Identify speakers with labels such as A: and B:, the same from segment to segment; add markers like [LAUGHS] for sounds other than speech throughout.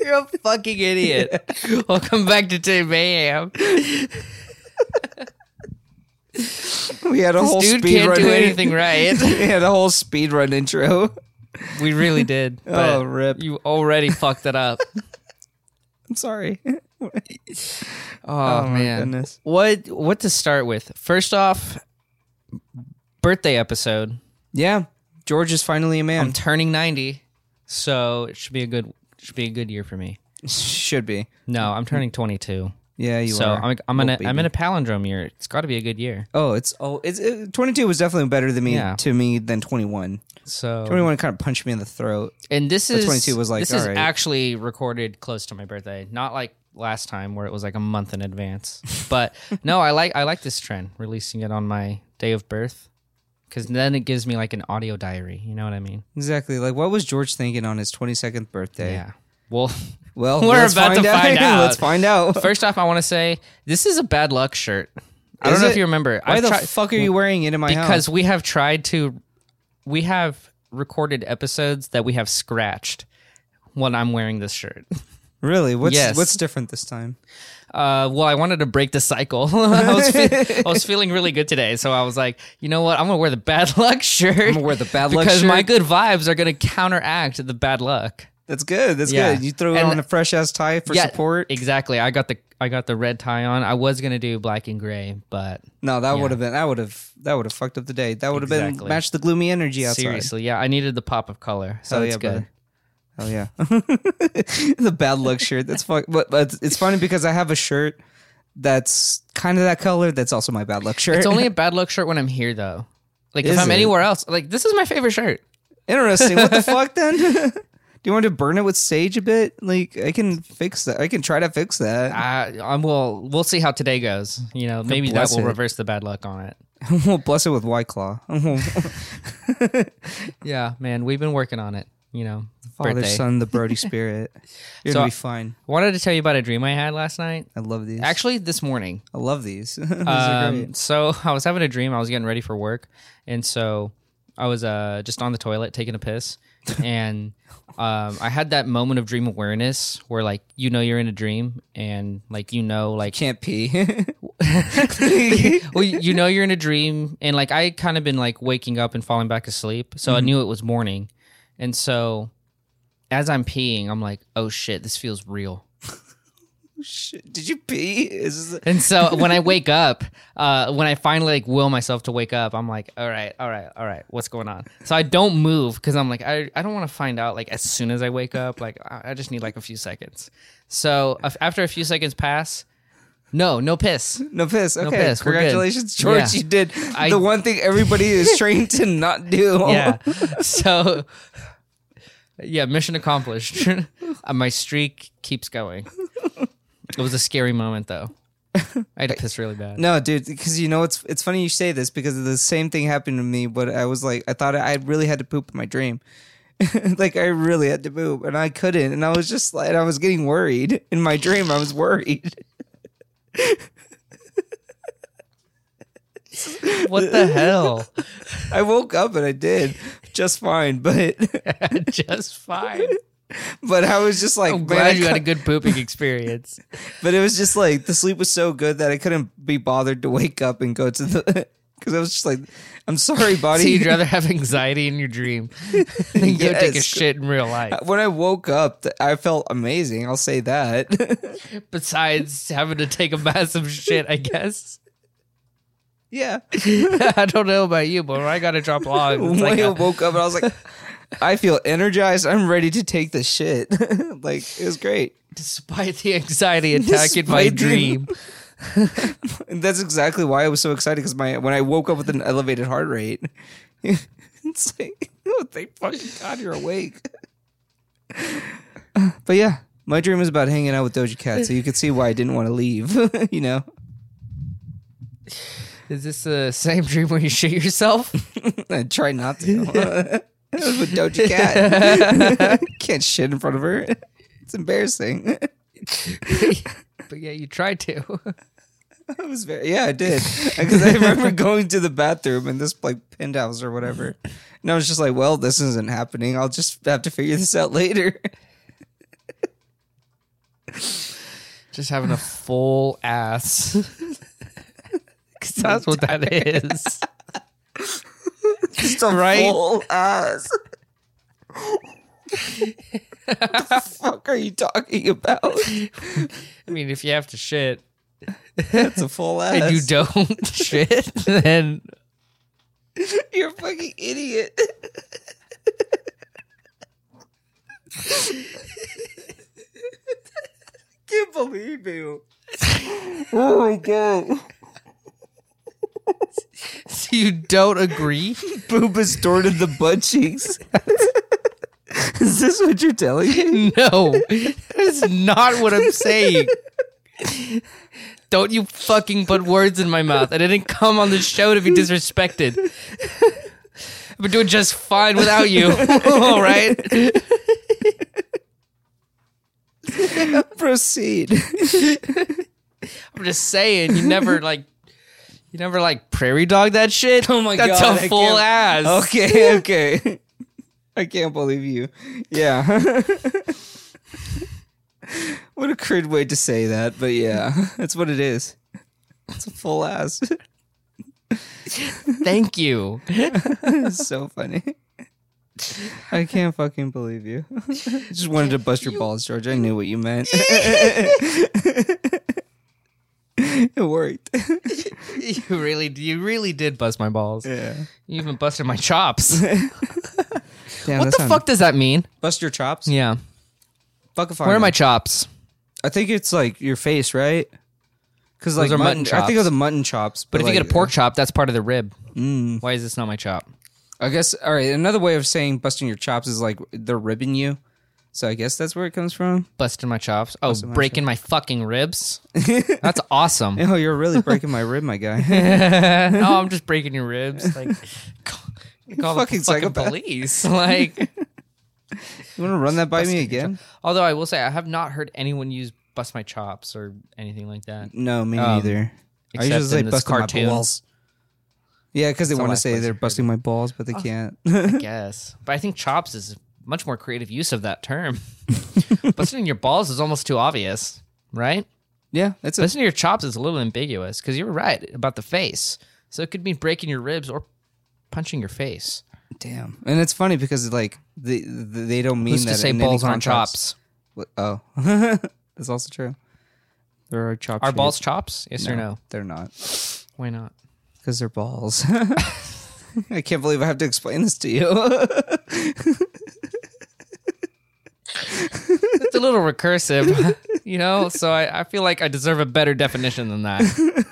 A: You're a fucking idiot. [LAUGHS] Welcome back to Tim Mayhem.
B: [LAUGHS] We had a whole
A: Dude
B: speed
A: can't
B: run.
A: do anything right.
B: [LAUGHS] we had a whole speed run intro. [LAUGHS]
A: We really did. but
B: Oh, rip.
A: You already fucked it
B: [LAUGHS]
A: up.
B: I'm sorry.
A: Oh,
B: my
A: man.
B: goodness.
A: What what to start with? First off, birthday episode.
B: Yeah, George is finally a
A: I'm
B: man.
A: turning 90, so it should be a good should be a good year for me.
B: Should be.
A: No, I'm turning 22.
B: Yeah, you
A: so
B: are.
A: I'm I'm in a,
B: Little
A: I'm
B: baby.
A: in a palindrome year. It's got to be a good year.
B: Oh, it's oh, it's it, 22 was definitely better than me
A: Yeah.
B: to me than 21.
A: So
B: 21 kind of punched me in the throat.
A: and this is
B: 22 was like,
A: this
B: all
A: is
B: right.
A: actually recorded close to my birthday, not like last time where it was like a month in
B: [LAUGHS]
A: advance. But no, I like I like this trend releasing it on my day of birth because then it gives me like an audio diary. You know what I mean?
B: Exactly. Like, what was George thinking on his 22nd birthday?
A: Yeah. Well, [LAUGHS]
B: Well,
A: We're
B: let's
A: about to
B: find out. [LAUGHS]
A: find out.
B: let's find out.
A: first off, I want to say this is a bad luck shirt. I don't
B: Is
A: know
B: it?
A: if you remember.
B: Why
A: I've
B: the
A: tried-
B: fuck are you wearing it in my house?
A: because we have tried to we have recorded episodes that we have scratched when i'm wearing this shirt
B: Really? What's
A: Yes.
B: what's different this time?
A: uh, well i wanted to break the cycle [LAUGHS] I, was fe- I was feeling really good today so i was like you know what i'm gonna wear the bad [LAUGHS] luck shirt i'm
B: gonna wear the [LAUGHS] bad luck
A: because my
B: shirt.
A: good vibes are gonna counteract the bad luck
B: That's good. That's
A: Yeah.
B: good. You throw
A: And-
B: on a fresh ass tie for support.
A: exactly i got the i got the red tie on i was gonna do black and gray but
B: No, that would have been that would have that would have fucked up the day. That would have been
A: Exactly.
B: matched the gloomy energy outside.
A: seriously yeah i needed the pop of color so
B: Hell
A: it's
B: yeah,
A: good
B: brother. Oh yeah, [LAUGHS] the bad luck shirt. That's fuck. But, but it's funny because I have a shirt that's kind of that color. That's also my bad luck shirt.
A: it's only a bad luck shirt when i'm here though like
B: Is
A: if i'm
B: it?
A: anywhere else like this is my favorite shirt
B: [LAUGHS] interesting. What
A: [LAUGHS]
B: the fuck then? [LAUGHS] Do you want to burn it with sage a bit? Like I can fix that. I can try to fix that.
A: I, I will. We'll see how today goes. You know, maybe that
B: bless
A: will
B: it.
A: reverse the bad luck on it.
B: [LAUGHS] we'll bless it with white claw. [LAUGHS]
A: Yeah, man, we've been working on it. You know,
B: Father,
A: birthday.
B: son, the
A: [LAUGHS]
B: Brody spirit. You're
A: So-
B: gonna be fine.
A: Wanted to tell you about a dream I had last night.
B: I love these.
A: Actually, this morning.
B: I love these. these are
A: Um,
B: great.
A: so [LAUGHS] I was having a dream. I was getting ready for work, and so I was uh, just on the toilet taking a
B: [LAUGHS]
A: piss, and um, I had that moment of dream awareness where like you know you're in a dream, and like you know
B: [LAUGHS]
A: like
B: [LAUGHS] Can't pee.
A: [LAUGHS] well, you you know you're in a dream, and like I kind of been like waking up and falling back asleep, so
B: Mm-hmm.
A: I knew it was morning, and so as I'm peeing, I'm like, oh shit, this feels real.
B: Shit, Did you pee? Is this
A: And so when I wake up, uh, when I finally like will myself to wake up, I'm like, all right, all right, all right, what's going on? So I don't move because I'm like, I, I don't want to find out like as soon as I wake up. Like I, I just need like a few seconds. So af- after a few seconds pass, no, no piss.
B: no piss. Okay,
A: piss, we're good.
B: congratulations, George.
A: Yeah.
B: You did
A: I-
B: the one thing everybody is trained to not do.
A: yeah. So, yeah, mission accomplished. [LAUGHS] Uh, My streak keeps going. It was a scary moment, though. I had to piss really bad.
B: [LAUGHS] No, dude, because you know it's it's funny you say this because the same thing happened to me. But I was like, I thought I really had to poop in my dream. [LAUGHS] like I really had to poop, and I couldn't, and I was just like, I was getting worried in my dream. I was worried. [LAUGHS]
A: What the hell? [LAUGHS]
B: I woke up and I did just fine, but [LAUGHS]
A: Just fine.
B: but I was just like,
A: I'm
B: man, I
A: glad you had a
B: cou-
A: good pooping
B: [LAUGHS]
A: experience.
B: But it was just like the sleep was so good that I couldn't be bothered to wake up and go to the [LAUGHS] because I was just like, I'm sorry,
A: [LAUGHS] So
B: body.
A: you'd rather have anxiety in your
B: [LAUGHS]
A: dream than go take a
B: Yes.
A: shit in real life.
B: [LAUGHS] when I woke up, th- I felt amazing. I'll say that. [LAUGHS]
A: Besides having to take a massive shit, I
B: [LAUGHS]
A: guess. [LAUGHS]
B: yeah.
A: I don't know about you, but when I got to drop logs, it's
B: [LAUGHS] When
A: like uh,
B: I
A: a-
B: woke up, and I was
A: [LAUGHS]
B: like, I feel energized. I'm ready to take this shit. [LAUGHS] like it was great.
A: despite the
B: [LAUGHS]
A: anxiety attacking my
B: Despite the-
A: dream.
B: And that's exactly why I was so excited because my when I woke up with an elevated heart rate, [LAUGHS] it's like, oh, thank fucking God you're awake. but yeah, my dream was about hanging out with Doja Cat, so you could see why I didn't want to leave. [LAUGHS] you know,
A: Is this the same dream where you shit
B: [LAUGHS]
A: yourself?
B: I tried not to. It was [LAUGHS] with Doja Cat, can't shit in front of her. It's embarrassing.
A: but yeah, you tried to. [LAUGHS]
B: I was very yeah, I [LAUGHS] did because I remember going to the bathroom in this like penthouse or whatever, and I was just like, "Well, this isn't happening. I'll just have to figure this out later." [LAUGHS]
A: Just having a full ass. [LAUGHS] 'Cause that's what that
B: [LAUGHS]
A: is.
B: Just a
A: Right?
B: full ass. what the fuck are you talking about?
A: I mean, if you have to shit
B: That's a [LAUGHS] full ass.
A: and you don't [LAUGHS] shit, then
B: You're a fucking idiot. [LAUGHS] Can't believe you. Oh my god.
A: so [LAUGHS] you don't agree.
B: Boob is stored in the butt cheeks. [LAUGHS] is this what you're telling me?
A: No, that is not what I'm saying. Don't you fucking put words in my mouth. I didn't come on this show to be disrespected. I've been doing just fine without you. [LAUGHS] All right.
B: [LAUGHS] Proceed.
A: I'm just saying, you never like, you never like prairie dog that shit.
B: Oh my
A: That's
B: God,
A: a
B: I
A: full
B: can't- Oh.
A: ass.
B: Okay, okay. I can't believe you. Yeah. [LAUGHS] what a crude way to say that, but yeah, that's what it is. It's a full ass.
A: [LAUGHS]
B: [LAUGHS]
A: Thank you.
B: It's so funny. I can't fucking believe you. [LAUGHS] I just wanted to bust your balls, George. I knew what you [LAUGHS] meant. it worked. [LAUGHS]
A: You really, you really did bust my balls.
B: Yeah.
A: You even busted my chops.
B: Damn,
A: what
B: that's
A: the
B: how-
A: fuck does that mean?
B: Bust your chops?
A: Yeah.
B: Fuck if I
A: Where are
B: know.
A: my chops?
B: I think it's like your face, right? Because like
A: Those are mutton
B: mutton, I think of
A: chops.
B: the mutton chops.
A: But if you
B: like,
A: get a pork chop, that's part of the rib. Why is this not my chop?
B: I guess all right. Another way of saying busting your chops is like they're ribbing you. So I guess that's where it comes from. [LAUGHS]
A: Busting my chops. Oh, breaking my fucking ribs. That's awesome.
B: Oh, you're really breaking my rib, my guy. [LAUGHS]
A: no, I'm just breaking your ribs. Like, call, call
B: Fucking
A: the fucking
B: psychopath.
A: police. [LAUGHS] Like,
B: You want to run that by me again?
A: although I will say, I have not heard anyone use bust my chops or anything like that.
B: No, me
A: Um,
B: neither. I
A: except
B: usually say
A: in this
B: bust my
A: cartoon.
B: balls. Yeah, because they
A: the
B: want to
A: last
B: say
A: place I
B: they're
A: heard
B: busting my balls, but they can't. [LAUGHS]
A: I guess. But I think chops is much more creative use of that term. [LAUGHS] Busting your balls is almost too obvious, right?
B: yeah, that's a,
A: Busting your chops is a little ambiguous because you were right about the face. So it could mean breaking your ribs or punching your face.
B: damn. And it's funny because like the, the, they don't mean
A: Who's
B: that
A: to say
B: in any
A: balls aren't
B: context.
A: chops?
B: What- Oh, [LAUGHS] that's also true. There are chops.
A: Are balls chops? Yes or no?
B: They're not.
A: Why not?
B: Because they're balls. [LAUGHS] I can't believe I have to explain this to you. [LAUGHS]
A: It's a little recursive, [LAUGHS] you know? So I, I feel like I deserve a better definition than
B: [LAUGHS]
A: that.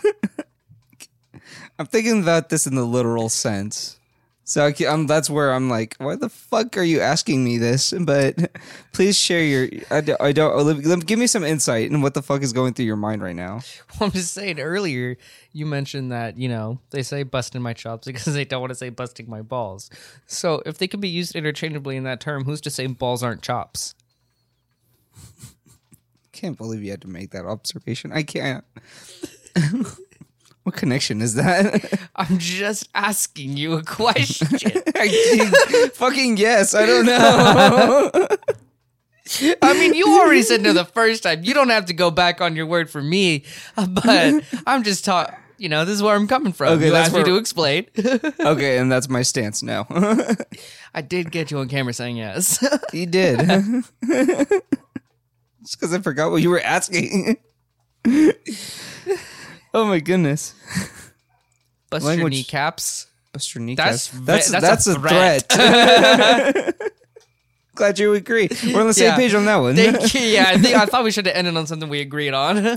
B: I'm thinking about this in the literal sense. So I am that's where I'm like, why the fuck are you asking me this? [LAUGHS] But please share your. I, do, I don't. Olivia, let- Give me some insight in what the fuck is going through your mind right now.
A: I'm just saying earlier, you mentioned that, you know, they say busting my chops [LAUGHS] because they don't want to say busting my balls. So if they can be used interchangeably in that term, who's to say balls aren't chops?
B: Can't believe you had to make that observation. I can't. [LAUGHS] what connection is that? [LAUGHS]
A: I'm just asking you a [LAUGHS] question.
B: I- fucking yes. I don't know. [LAUGHS]
A: I mean, you already said no the first time. You don't have to go back on your word for me, uh,
B: [LAUGHS]
A: but I'm just talking. You know, this is where I'm coming from.
B: Okay,
A: you
B: that's
A: asked me
B: where-
A: to explain. [LAUGHS]
B: okay, and that's my stance now. [LAUGHS]
A: I did get you on camera saying yes. [LAUGHS]
B: You [LAUGHS] did. Just because I forgot what you were asking. oh my goodness.
A: Bust your
B: Language-
A: kneecaps.
B: Bust your
A: That's
B: kneecaps.
A: ve-
B: That's
A: that's
B: that's,
A: a
B: a threat. [LAUGHS] Glad you agree. We're on the same
A: Yeah.
B: page on that one. [LAUGHS]
A: Thank you. Yeah, I, think, I thought we should have ended on something we agreed on. [LAUGHS]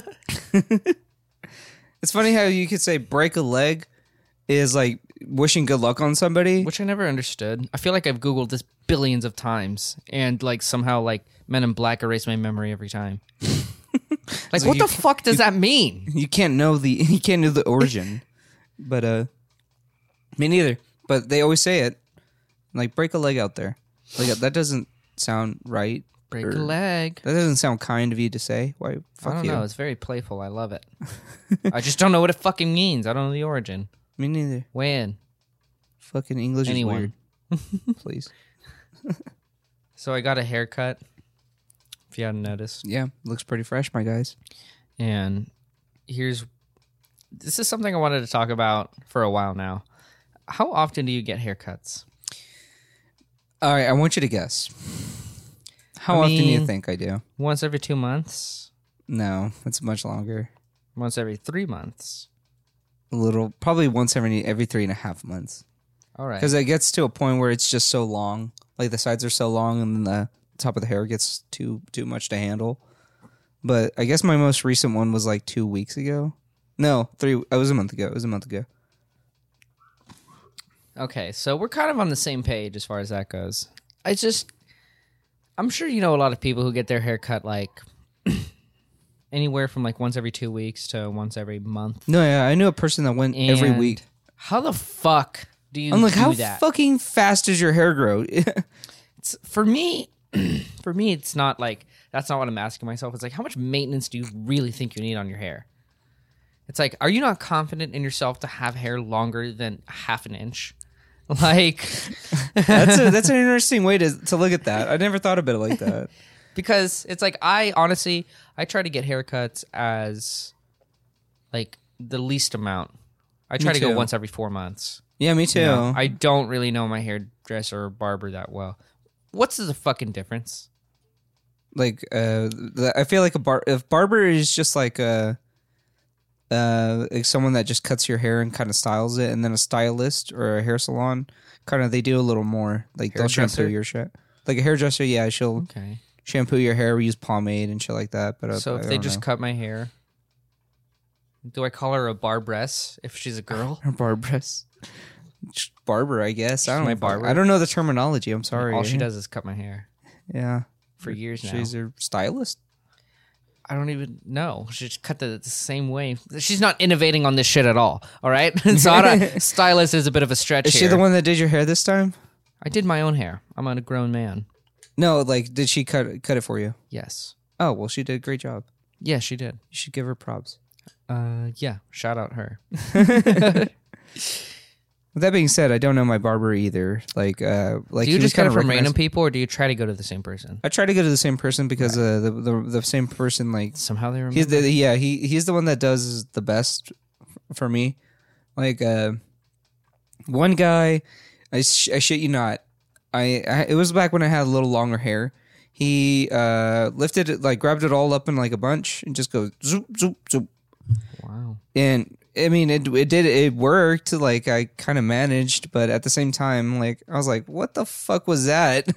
B: it's funny how you could say break a leg is like wishing good luck on somebody.
A: which I never understood. I feel like I've googled this billions of times, and like somehow like Men in Black erase my memory every
B: [LAUGHS]
A: time. like,
B: So
A: what
B: you
A: the fuck does that mean?
B: you can't know the [LAUGHS] you can't know the [LAUGHS] origin. but uh me neither. But they always say it. Like break a leg out there. Like that doesn't sound right.
A: break
B: Err.
A: a leg.
B: That doesn't sound kind of you to say. Why? Fuck
A: I don't
B: you.
A: know. It's very playful. I love it. I just don't know what it fucking means. I don't know the origin.
B: Me neither.
A: Weigh in.
B: Fucking English
A: Anyone.
B: is [LAUGHS] weird. Please.
A: So I got a haircut. If you hadn't noticed.
B: Yeah, looks pretty fresh, my guys.
A: And here's this is something I wanted to talk about for a while now. How often do you get haircuts?
B: All right, I want you to guess. How
A: I
B: often do you
A: mean-
B: think I do?
A: Once every two months?
B: No, it's much longer.
A: Once every three months?
B: A little, probably once every every three and a half months,
A: All right.
B: because it gets to a point where it's just so long. Like the sides are so long, and then the top of the hair gets too too much to handle. But I guess my most recent one was like two weeks ago. No, three. It was a month ago. It was a month ago.
A: Okay, so we're kind of on the same page as far as that goes. I just, I'm sure you know a lot of people who get their hair cut like [CLEARS THROAT] anywhere from like once every two weeks to once every month.
B: No, yeah, I knew a person that went every
A: And
B: week.
A: How the fuck do you
B: I'm like,
A: do
B: how
A: that?
B: fucking fast does your hair grow? [LAUGHS]
A: It's- for me, [CLEARS THROAT] for me, it's not like that's not what I'm asking myself. It's like, how much maintenance do you really think you need on your hair? It's like, are you not confident in yourself to have hair longer than half an inch? [LAUGHS] Like,
B: that's a, that's an interesting way to to look at that. I never thought about it like that.
A: [LAUGHS] because it's like I honestly I try to get haircuts as like the least amount. I try
B: Me
A: to go
B: too.
A: once every four months.
B: Yeah, me too.
A: I don't really know my hairdresser or barber that well. What's the fucking difference?
B: like uh, the, I feel like a bar if barber is just like a uh, like someone that just cuts your hair and kind of styles it, and then a stylist or a hair salon kind of they do a little more. Like they'll shampoo
A: Hairdresser?
B: your shit. Like a hairdresser, yeah, she'll
A: Okay.
B: shampoo your hair, use pomade and shit like that. But uh,
A: So
B: I
A: if they
B: don't
A: just
B: know.
A: cut my hair, do I call her a barbress if she's a girl?
B: Or barbress. Just Barber, I guess. I don't
A: my
B: know.
A: barber.
B: I don't know the terminology. I'm [LAUGHS] sorry.
A: All she does is cut my hair
B: Yeah.
A: for years now.
B: She's a stylist.
A: I don't even know. She just cut the, the same way. She's not innovating on this shit at all. All right. [LAUGHS] so I
B: [LAUGHS]
A: don't, stylist is a bit of a stretch
B: Is
A: here.
B: she the one that did your hair this time?
A: I did my own hair. I'm a grown man.
B: No, like did she cut cut it for you?
A: Yes.
B: Oh well, she did a great job.
A: Yeah, she did.
B: You should give her props.
A: Uh, yeah. Shout out her.
B: With that being said, I don't know my barber either. Like, uh, like
A: do you
B: he was
A: just get it
B: kinda
A: from random
B: recognized-
A: people, or do you try to go to the same person?
B: I try to go to the same person because uh, the, the the same person like
A: Somehow they remember.
B: he's the yeah he he's the one that does the best f- for me. Like, uh, one guy, I sh- I shit you not, I, I it was back when I had a little longer hair. He uh lifted it like grabbed it all up in like a bunch and just goes zoop zoop zoop
A: wow.
B: and I mean it it did it worked like I kind of managed but at the same time like I was like what the fuck was that [LAUGHS]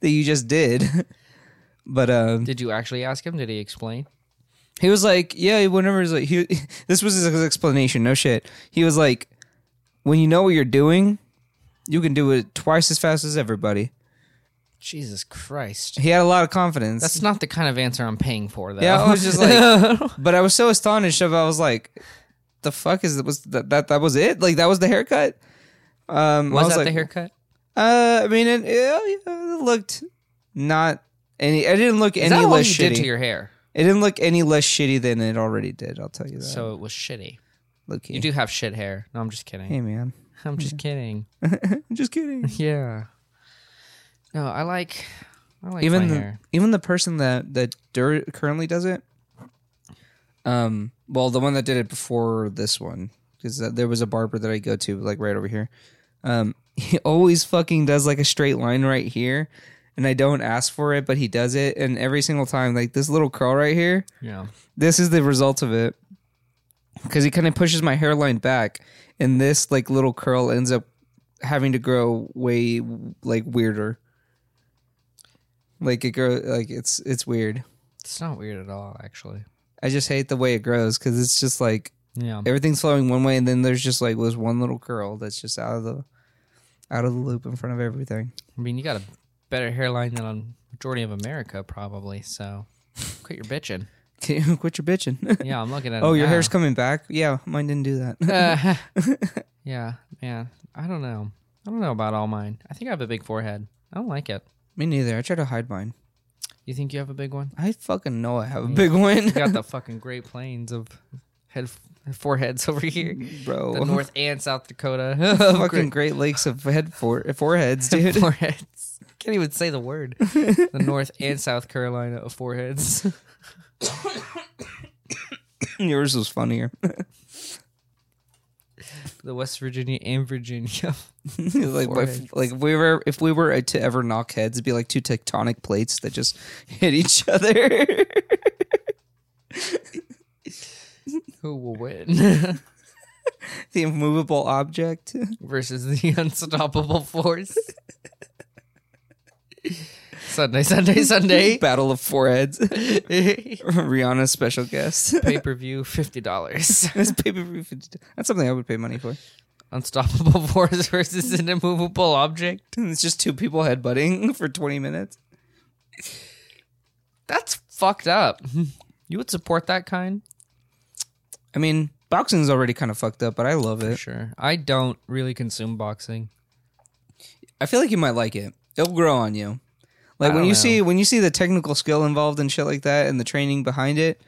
B: that you just did [LAUGHS] but um
A: Did you actually ask him? Did he explain?
B: he was like yeah whenever he's like he [LAUGHS] this was his explanation no shit he was like when you know what you're doing you can do it twice as fast as everybody
A: Jesus Christ.
B: he had a lot of confidence
A: That's not the kind of answer I'm paying for, though.
B: Yeah, I was
A: [LAUGHS]
B: just like, but I was so astonished. Of I was like, the fuck is was that that that was it? Like that was the haircut. Um, I
A: was, that
B: like,
A: the haircut?
B: Uh, I mean, it, yeah, yeah, it looked not any. I didn't look
A: Is
B: any
A: that what
B: less
A: you
B: shitty.
A: did to your hair?
B: it didn't look any less shitty than it already did. I'll tell you that. So
A: So it was shitty.
B: look,
A: You do have shit hair. No, I'm just kidding.
B: Hey man,
A: I'm just kidding.
B: I'm just kidding.
A: [LAUGHS] Yeah. No, I like. I like
B: even
A: my
B: the,
A: hair.
B: even the person that that dur- currently does it um well the one that did it before this one because there was a barber that i go to like right over here um [LAUGHS] he always fucking does like a straight line right here and i don't ask for it but he does it and every single time like this little curl right here
A: Yeah.
B: this is the result of it because he kind of pushes my hairline back and this like little curl ends up having to grow way like weirder like it grow like it's it's weird
A: It's not weird at all, actually.
B: i just hate the way it grows because it's just like
A: Yeah.
B: everything's flowing one way and then there's just like was one little curl that's just out of the out of the loop in front of everything [LAUGHS]
A: I mean, you got a better hairline than on majority of America, probably. So, quit your bitching.
B: Can you quit your bitching [LAUGHS]
A: Yeah, I'm looking at.
B: oh
A: it
B: your
A: now. [LAUGHS]
B: hair's coming back yeah mine didn't do that [LAUGHS]
A: Uh, yeah, man. I don't know. I don't know about all mine. I think I have a big forehead. I don't like it.
B: me neither i try to hide mine
A: You think you have a big one?
B: I fucking know I have a big one,
A: [LAUGHS] You got
B: [LAUGHS]
A: the fucking Great Plains of head foreheads over
B: [LAUGHS]
A: here.
B: bro.
A: The North and South Dakota. [LAUGHS] of
B: [LAUGHS] fucking Great Lakes of head for foreheads,
A: great
B: dude.
A: foreheads. Can't even say the word. The North and South Carolina of foreheads.
B: [LAUGHS]
A: [LAUGHS]
B: Yours was funnier. [LAUGHS]
A: The West Virginia and Virginia. [LAUGHS]
B: like,
A: Foreheads.
B: if, like if we were if we were to ever knock heads, it'd be like two tectonic plates that just hit each [LAUGHS] other.
A: Who will win? [LAUGHS]
B: the immovable [LAUGHS] object.
A: Versus the [LAUGHS] unstoppable force. Sunday, Sunday,
B: [LAUGHS]
A: Sunday.
B: Battle of foreheads. [LAUGHS] Rihanna's special guest. [LAUGHS]
A: Pay per view, $50.
B: That's pay-per-view fifty- That's something I would pay money for.
A: Unstoppable [LAUGHS] force versus an immovable object.
B: It's just two people headbutting [LAUGHS] for twenty minutes.
A: That's fucked up. [LAUGHS] You would support that kind?
B: I mean, boxing's already kind of fucked up, but I love it.
A: Sure. I don't really consume boxing.
B: I feel like you might like it. It'll grow on you. Like
A: I
B: when
A: don't
B: you
A: know.
B: see when you see the technical skill involved and shit like that and the training behind it,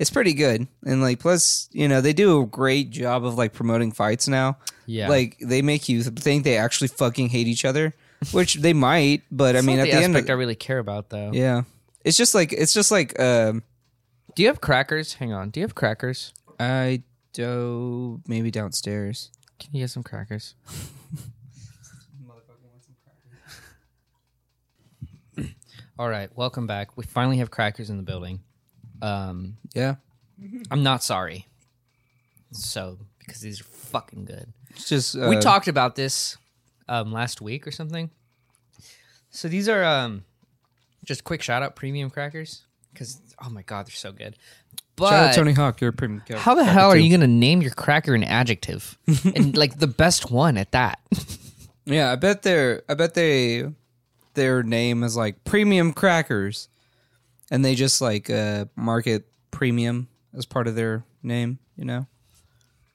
B: it's pretty good. And like plus, you know, they do a great job of like promoting fights now.
A: Yeah.
B: Like they make you think they actually fucking hate
A: [LAUGHS]
B: each other, which they might, but I
A: It's
B: mean
A: not
B: at the, end of,
A: aspect I really care about though.
B: Yeah. It's just like it's just like um
A: Do you have crackers? Hang on. Do you have crackers?
B: I do maybe downstairs.
A: Can you get some [LAUGHS] crackers? All right, welcome back. We finally have crackers in the building. Um,
B: Yeah.
A: I'm not sorry. So, because these are fucking good.
B: It's just uh,
A: we talked about this um, last week or something. So these are um, just quick shout out premium crackers because oh my god, they're so good.
B: shout out
A: But
B: Tony Hawk, you're a premium coach.
A: how the hell are you gonna name your cracker an
B: [LAUGHS]
A: adjective and like the best one at that?
B: Yeah, I bet their I bet they their name is like premium crackers, and they just like uh, market premium as part of their name, you know,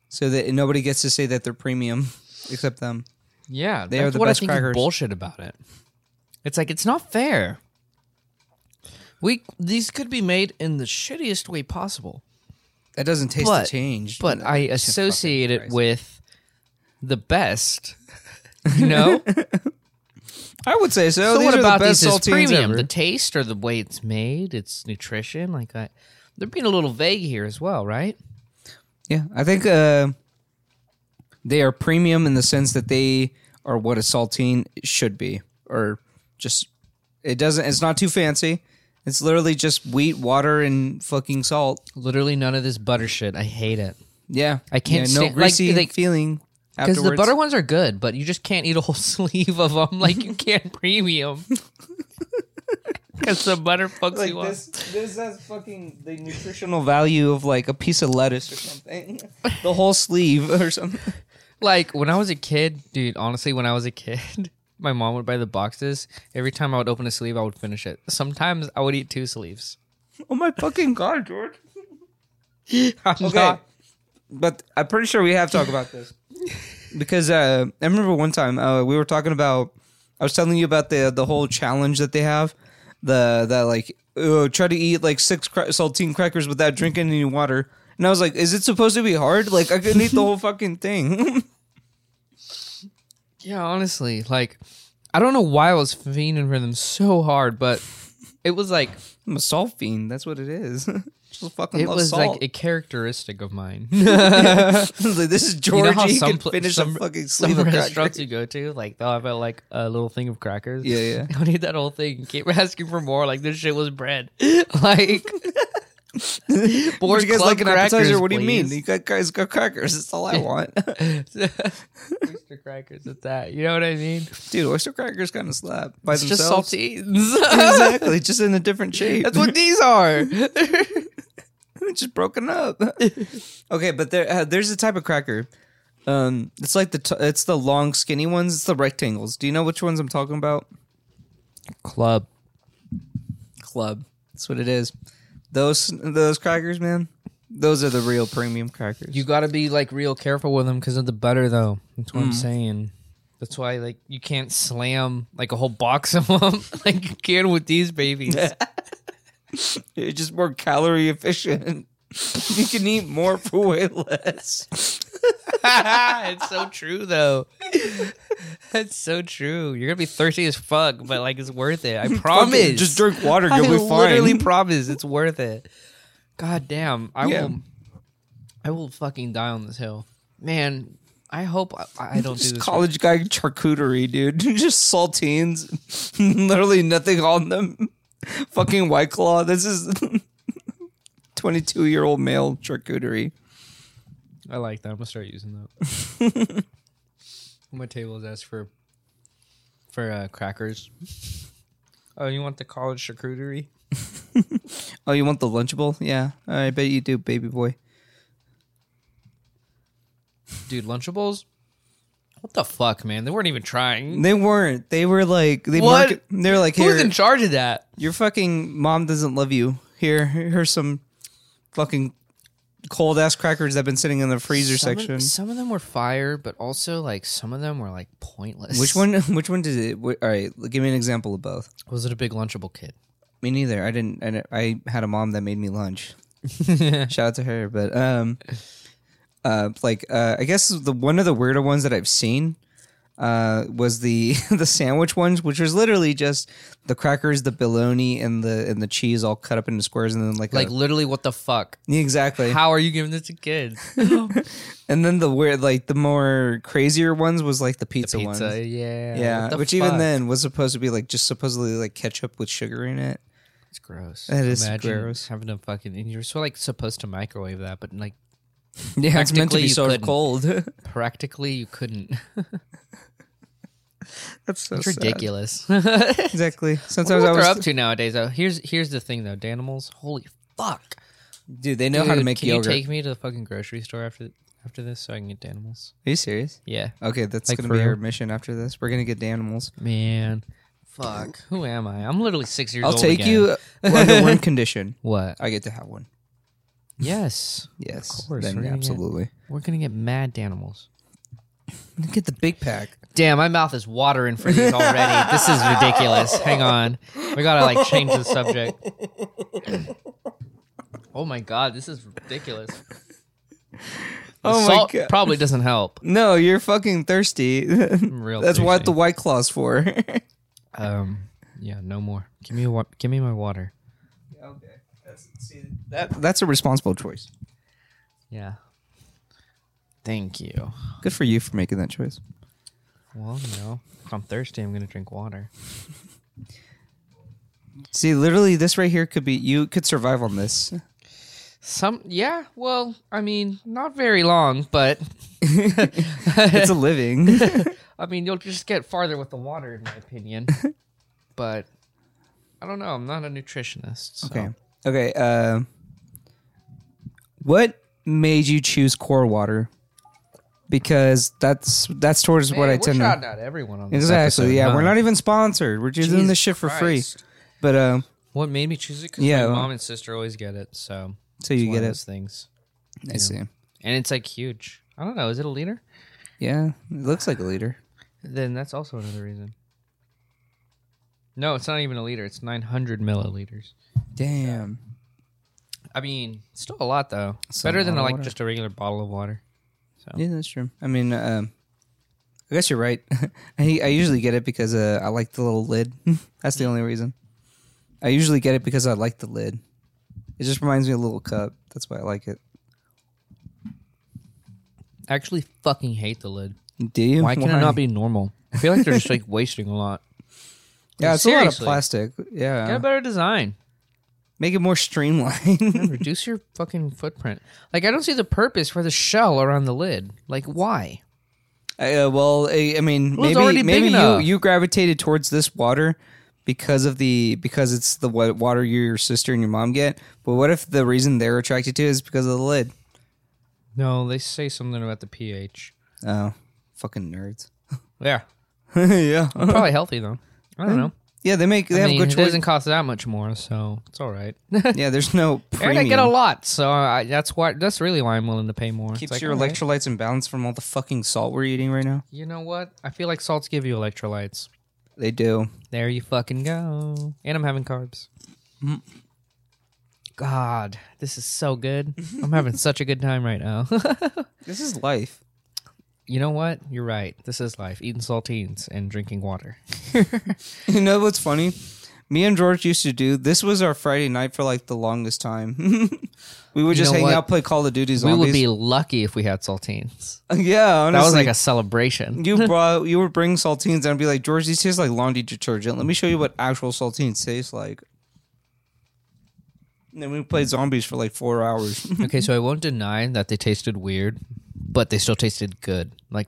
B: so that nobody gets to say that they're premium [LAUGHS] except them.
A: Yeah,
B: They are
A: that's
B: the
A: what
B: best
A: I think is
B: crackers.
A: bullshit about it. It's like it's not fair. We these could be made in the shittiest way possible.
B: That doesn't taste
A: But-
B: the change,
A: but I associate it
B: Christ.
A: with the best. You
B: [LAUGHS]
A: know,
B: I would say so.
A: so
B: Oh, These
A: what
B: are
A: about
B: the best
A: this is
B: saltines
A: premium?
B: ever.
A: The taste or the way it's made, its nutrition. Like I, they're being a little vague here as well, right?
B: Yeah, I think uh, they are premium in the sense that they are what a saltine should be, or just it doesn't. It's not too fancy. It's literally just wheat, water, and fucking salt.
A: Literally none of this butter shit. I hate it
B: Yeah,
A: I can't
B: Yeah, no
A: stand- like,
B: greasy
A: like-
B: feeling
A: because
B: afterwards.
A: the butter ones are good, but you just can't eat a whole [LAUGHS] sleeve of them like you [LAUGHS] can premium. Because the butter fucks you up.
B: this has fucking the nutritional value of like a piece of lettuce or something, [LAUGHS] the whole sleeve or something.
A: Like when I was a kid, dude, honestly, when I was a kid, [LAUGHS] my mom would buy the boxes. Every time I would open a sleeve, I would finish it. Sometimes I would eat two sleeves. [LAUGHS]
B: Oh my fucking god, George!
A: I'm
B: Okay.
A: not-
B: but I'm pretty sure we have talked
A: [LAUGHS]
B: about this because uh, I remember one time uh, we were talking about. I was telling you about the the whole challenge that they have, the that like oh, try to eat like six cra- saltine crackers without drinking any water, and I was like, is it supposed to be hard? Like I couldn't eat the whole fucking thing. [LAUGHS]
A: Yeah, honestly, like I don't know why I was fiending for them so hard, but it was like
B: I'm a salt fiend. That's what it is. [LAUGHS] Just fucking
A: it
B: love
A: was like
B: salt.
A: a characteristic of mine. [LAUGHS]
B: [LAUGHS] Like, this is Georgie.
A: how
B: he
A: some
B: can
A: pla-
B: finish
A: some-
B: a fucking [LAUGHS]
A: Some
B: sleeve of crackers.
A: restaurants you go to, like they'll have a, like a little thing of crackers.
B: Yeah, yeah.
A: [LAUGHS] I don't need that whole thing. Keep asking for more. Like this shit was bread. [LAUGHS] like.
B: [LAUGHS] Would
A: Boar's
B: you guys
A: Club
B: like an appetizer?
A: crackers,
B: what do you mean?
A: please. [LAUGHS]
B: You got guys got crackers. That's all I want.
A: oyster crackers at that. You know what I mean?
B: Dude, oyster crackers kind of slap by
A: It's just
B: [LAUGHS]
A: [LAUGHS]
B: themselves.
A: saltines.
B: exactly, just in a different shape. [LAUGHS]
A: That's what these are.
B: just broken [LAUGHS] up. okay, but there, uh, there's a type of cracker. Um, it's like the t- it's the long skinny ones. It's the rectangles. Do you know which ones I'm talking about?
A: [LAUGHS] Club.
B: Club. That's what it is. Those those crackers, man. Those are the real premium crackers.
A: You got to be like real careful with them because of the butter, though. That's
B: Mm.
A: what I'm saying. That's why [LAUGHS] like you can't slam like a whole box of them like you can with these babies.
B: You're just more calorie efficient. [LAUGHS] You can eat more for way less.
A: [LAUGHS] it's so true though. [LAUGHS] That's so true. You're gonna be thirsty as fuck, but like it's worth it.
B: [LAUGHS]
A: I promise.
B: Just drink water, you'll
A: I
B: be fine.
A: literally promise it's worth it. God damn, I
B: Yeah.
A: will. I will fucking die on this hill, man. I hope I, I don't do
B: Just
A: this.
B: college guy charcuterie, dude. [LAUGHS] Just saltines, [LAUGHS] literally nothing on them. Fucking white claw. This is [LAUGHS] twenty-two year old male charcuterie.
A: I like that. I'm gonna start using that.
B: [LAUGHS]
A: My table is asked for for uh, crackers. Oh, you want the college charcuterie?
B: Oh, you want the lunchable? Yeah, I bet you do, baby boy.
A: Dude, Lunchables? What the fuck, man? They weren't even trying.
B: They weren't. They were like they
A: What?
B: market- they're like here.
A: Who's in charge of that?
B: your fucking mom doesn't love you. Here, here's some fucking cold ass crackers that've been sitting in the freezer
A: some
B: section.
A: Of, some of them were fire, but also like some of them were like pointless.
B: which one? [LAUGHS] Which one did it? wh- All right, give me an example of both.
A: was it? A big Lunchable [LAUGHS] kid.
B: Me neither. I didn't. I, I had a mom that made
A: [LAUGHS]
B: me lunch. Shout out to her. But um, uh, like uh, I guess the one of the weirder ones that I've seen uh was the [LAUGHS] the sandwich ones, which was literally just the crackers, the bologna, and the and the cheese all cut up into squares, and then like
A: Like
B: a,
A: literally, what the fuck?
B: Yeah, exactly.
A: How are you giving this to
B: [LAUGHS]
A: kids?
B: And then the weird, like the more crazier ones was like the pizza, ones.
A: Pizza, yeah,
B: Yeah,
A: What the
B: which even
A: fuck?
B: then was supposed to be like just supposedly like ketchup with sugar
A: [LAUGHS]
B: in it.
A: it's gross.
B: That is gross.
A: Having to fucking and you're so like supposed to microwave that, but like
B: Yeah, it's meant to
A: Practically
B: be
A: you
B: sort of
A: couldn't.
B: cold. [LAUGHS]
A: practically you couldn't.
B: That's so
A: It's
B: sad.
A: ridiculous. [LAUGHS] That's
B: Exactly.
A: what
B: Sometimes I
A: they're
B: was
A: up to nowadays. Though here's here's the thing though, Danimals. Holy fuck!
B: dude. They know how to
A: Dude,
B: make
A: can
B: yogurt.
A: you take me to the fucking grocery store after after this so I can get Danimals?
B: Are you serious?
A: Yeah,
B: Okay, that's
A: Like,
B: gonna
A: for
B: be our
A: real?
B: mission after this. We're gonna get the animals.
A: man. Fuck. Who am I? I'm literally six years
B: I'll
A: old.
B: take
A: again.
B: you [LAUGHS] under one condition.
A: What?
B: I get to have one.
A: Yes.
B: Yes,
A: course,
B: then
A: we're gonna get-
B: absolutely.
A: We're gonna get mad Danimals.
B: Get the big pack.
A: Damn, my mouth is watering for these already. this is ridiculous. Hang on. We gotta like change the subject. oh my god, this is ridiculous. The
B: [LAUGHS] Oh
A: salt
B: my god.
A: probably doesn't help.
B: no, you're fucking thirsty. [LAUGHS]
A: real
B: that's what the
A: thirsty.
B: white claw's for. [LAUGHS]
A: Um yeah, no more. Give me a wa- give me my water.
B: Okay. That's, see, that, that's a responsible choice.
A: Yeah. Thank you.
B: Good for you for making that choice.
A: Well, you know, if I'm thirsty, I'm gonna drink water.
B: See, literally, this right here could be you could survive on [LAUGHS] this.
A: Some, yeah. Well, I mean, not very long, but
B: It's a living. [LAUGHS]
A: I mean, you'll just get farther with the water, in my opinion.
B: [LAUGHS]
A: but I don't know. I'm not a nutritionist. so-
B: okay. Okay. Uh, what made you choose core water? Because that's that's towards
A: Hey,
B: what I
A: we're
B: tend
A: shouting
B: to.
A: out everyone on this episode,
B: Exactly. Yeah,
A: huh?
B: we're not even sponsored. We're just doing
A: Jesus
B: this shit for
A: Christ.
B: free. But um,
A: What made me choose it? Because
B: Yeah,
A: my
B: well-
A: mom and sister always get it, so
B: so
A: it's
B: you
A: one of
B: get it.
A: those things,
B: I see.
A: and it's like huge. I don't know. Is it a liter?
B: Yeah, it looks like a leader.
A: Then that's also another reason. No, it's not even a liter. It's 900 milliliters.
B: Damn.
A: I mean, still a lot though.
B: It's a
A: Better than
B: lot of
A: like
B: water.
A: just a regular bottle of water.
B: Yeah, that's true. I mean, um, I guess you're right. [LAUGHS] I I usually get it because uh, I like the little lid. [LAUGHS] that's the only reason. I usually get it because I like the lid. It just reminds me of a little cup. That's why I like it.
A: I actually fucking hate the lid.
B: Do you?
A: Why can it not be normal? I feel like they're just like [LAUGHS] wasting a lot.
B: Yeah, it's a lot of
A: Seriously.
B: plastic. Yeah,
A: Get a better design.
B: make it more streamlined. [LAUGHS]
A: Reduce your fucking footprint. Like I don't see the purpose for the shell around the lid. Like why?
B: uh, well, I, I mean,
A: Well, it's
B: maybe
A: already
B: maybe
A: big
B: you,
A: enough.
B: you gravitated towards this water because of the because it's the wa- water you, your sister and your mom get. But what if the reason they're attracted to it is because of the lid?
A: No, they say something about the pH.
B: Oh, fucking nerds. [LAUGHS]
A: Yeah,
B: yeah.
A: probably healthy though. I don't know.
B: Yeah, they make they
A: I
B: have
A: mean,
B: good
A: it doesn't
B: choices.
A: cost that much more, so it's all right.
B: Yeah,
A: [LAUGHS]
B: there's no premium.
A: And I get a lot, so I, that's why. That's really why I'm willing to pay more. It's
B: Keeps
A: like,
B: your
A: all right.
B: electrolytes in balance from all the fucking salt we're eating right now.
A: You know what? I feel like salts give you electrolytes.
B: They do.
A: There you fucking go. And I'm having carbs. God, this is so good. I'm having such a good time right now. [LAUGHS]
B: This is life.
A: you know what? You're right. This is life. Eating saltines and drinking water.
B: [LAUGHS] You know what's funny? Me and George used to do this was our Friday night for like the longest time. [LAUGHS] we would just
A: know
B: hang
A: what?
B: out, play Call of Duty
A: we
B: zombies.
A: would be lucky if we had saltines.
B: [LAUGHS] yeah, honestly.
A: That was like a celebration.
B: you brought you would bring saltines and I'd be like, George, these taste like laundry detergent. Let me show you what actual saltines taste like. And then we played zombies for like four hours. [LAUGHS]
A: okay, so I won't deny that they tasted weird, but they still tasted good. Like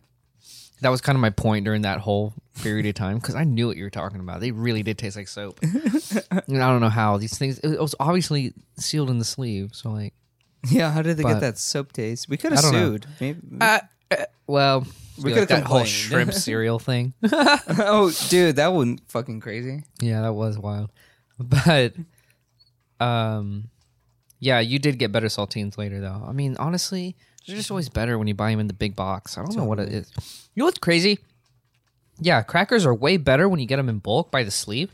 A: that was kind of my point during that whole period of time because I knew what you were talking about. They really did taste like soap. and I don't know how these things. It was obviously sealed in the sleeve, so like,
B: yeah, how did they
A: But-
B: get that soap taste? We could have
A: I don't know.
B: sued. Maybe.
A: well, we
B: could've
A: like that whole
B: complained.
A: shrimp cereal thing.
B: [LAUGHS] oh, dude, that one fucking crazy.
A: yeah, that was wild, [LAUGHS] but um, yeah, you did get better saltines later though. I mean, honestly. They're just always better when you buy them in the big box. I don't know what it is. You know what's crazy? Yeah, crackers are way better when you get them in bulk by the sleeve.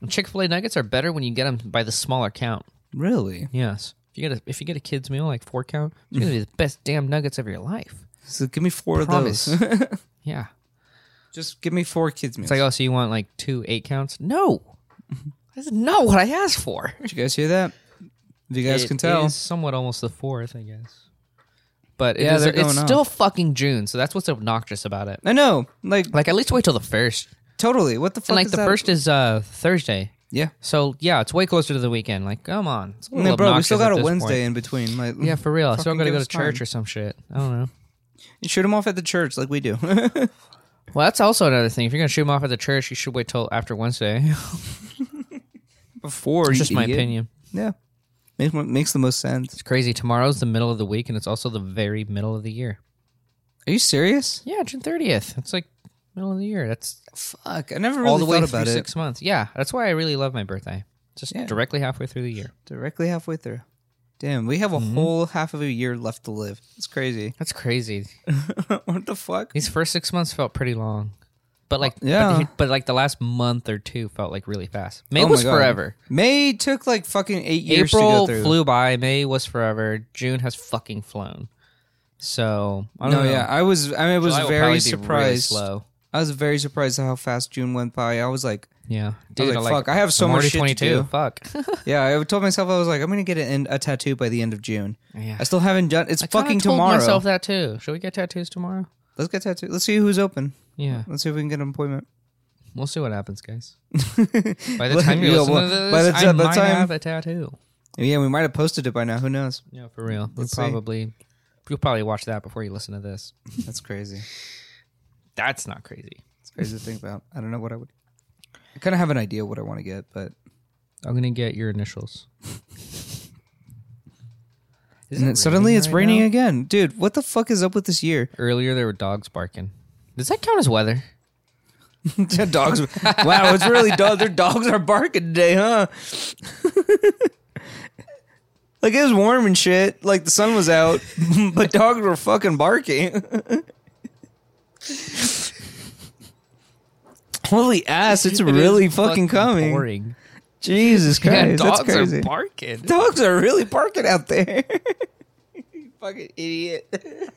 A: And Chick Fil A nuggets are better when you get them by the smaller count.
B: Really?
A: Yes, if you get a if you get a kids meal like four count, it's gonna be the best damn nuggets of your life.
B: So give me four
A: Promise.
B: of those. [LAUGHS]
A: Yeah,
B: just give me four kids meals.
A: it's like oh, so you want like two eight counts? No, that's not what I asked for.
B: Did you guys hear that? If you guys
A: It
B: can tell.
A: is somewhat almost the fourth, I guess. But it
B: Yeah,
A: is-
B: they're
A: it's
B: going up.
A: still fucking June, so that's what's obnoxious about it.
B: I know. Like
A: Like at least wait till the first.
B: totally. What the fuck?
A: and like
B: is
A: the
B: that?
A: first is uh Thursday.
B: Yeah.
A: So yeah, it's way closer to the weekend. Like, come on. It's a
B: I mean,
A: little
B: bro, we still
A: obnoxious
B: got a
A: at this
B: Wednesday
A: point.
B: in between. Like,
A: Yeah, for real. I still
B: Fucking
A: gotta
B: give
A: go to
B: us
A: church
B: time.
A: or some shit. I don't know.
B: shoot them off at the church like we do. [LAUGHS]
A: Well, that's also another thing. If you're gonna shoot them off at the church, you should wait till after Wednesday. [LAUGHS]
B: Before,
A: It's
B: you
A: just my
B: idiot.
A: opinion.
B: Yeah, makes mo- makes the most sense.
A: It's crazy. Tomorrow's the middle of the week, and it's also the very middle of the year.
B: Are you serious?
A: Yeah, June thirtieth. It's like middle of the year. That's
B: Fuck, I never really
A: all the way
B: thought
A: through
B: about it.
A: six months. Yeah, that's why I really love my birthday. Just
B: Yeah.
A: directly halfway through the year.
B: Directly halfway through. Damn, we have a
A: Mm-hmm.
B: whole half of a year left to live. It's crazy. [LAUGHS]
A: That's crazy.
B: what the fuck?
A: These first six months felt pretty long, but like
B: Yeah.
A: but, but like the last month or two felt like really fast. May
B: Oh my
A: was
B: God.
A: forever.
B: May took like fucking eight years
A: April
B: to go through.
A: flew by. May was forever. June has fucking flown. So I don't
B: no,
A: know.
B: yeah, I was. I mean, I was
A: July will probably be
B: very
A: really
B: surprised.
A: slow.
B: I was very surprised at how fast June went by. I was like,
A: Yeah,
B: like, "Fuck, I have so
A: I'm
B: much
A: already
B: shit
A: 22.
B: to do."
A: Fuck. [LAUGHS]
B: yeah, I told myself I was like, I'm gonna get an, a tattoo by the end of June.
A: Yeah.
B: I still haven't done. It's
A: I kinda
B: fucking
A: told
B: tomorrow.
A: Myself that too. Should we get tattoos tomorrow?
B: Let's get tattooed. Let's see who's open.
A: Yeah,
B: Let's see if we can get an appointment.
A: we'll see what happens,
B: [LAUGHS]
A: guys. By the time you
B: Yeah,
A: listen
B: well,
A: to this,
B: by the ti-
A: I
B: by the
A: might
B: time-
A: have a tattoo.
B: Yeah, we might have posted it by now. Who knows?
A: Yeah, for real.
B: Let's see.
A: you'll probably you'll probably watch that before you listen to this.
B: That's crazy.
A: That's not crazy.
B: It's crazy to think about. I don't know what I would. I kind of have an idea what I want to get, but
A: I'm gonna get your initials.
B: and then suddenly it's raining again, dude. What the fuck is up with this year?
A: Earlier there were dogs barking. Does that count as weather?
B: [LAUGHS]
A: [LAUGHS]
B: dogs. wow, it's really dog. Their dogs are barking today, huh? [LAUGHS] like it was warm and shit. Like the sun was out, [LAUGHS] but dogs were fucking barking. Holy ass! [LAUGHS] It's really fucking, coming.
A: Boring.
B: Jesus Christ,
A: Yeah,
B: that's
A: dogs
B: crazy.
A: are barking.
B: dogs are really barking out there. [LAUGHS] you fucking idiot. [LAUGHS]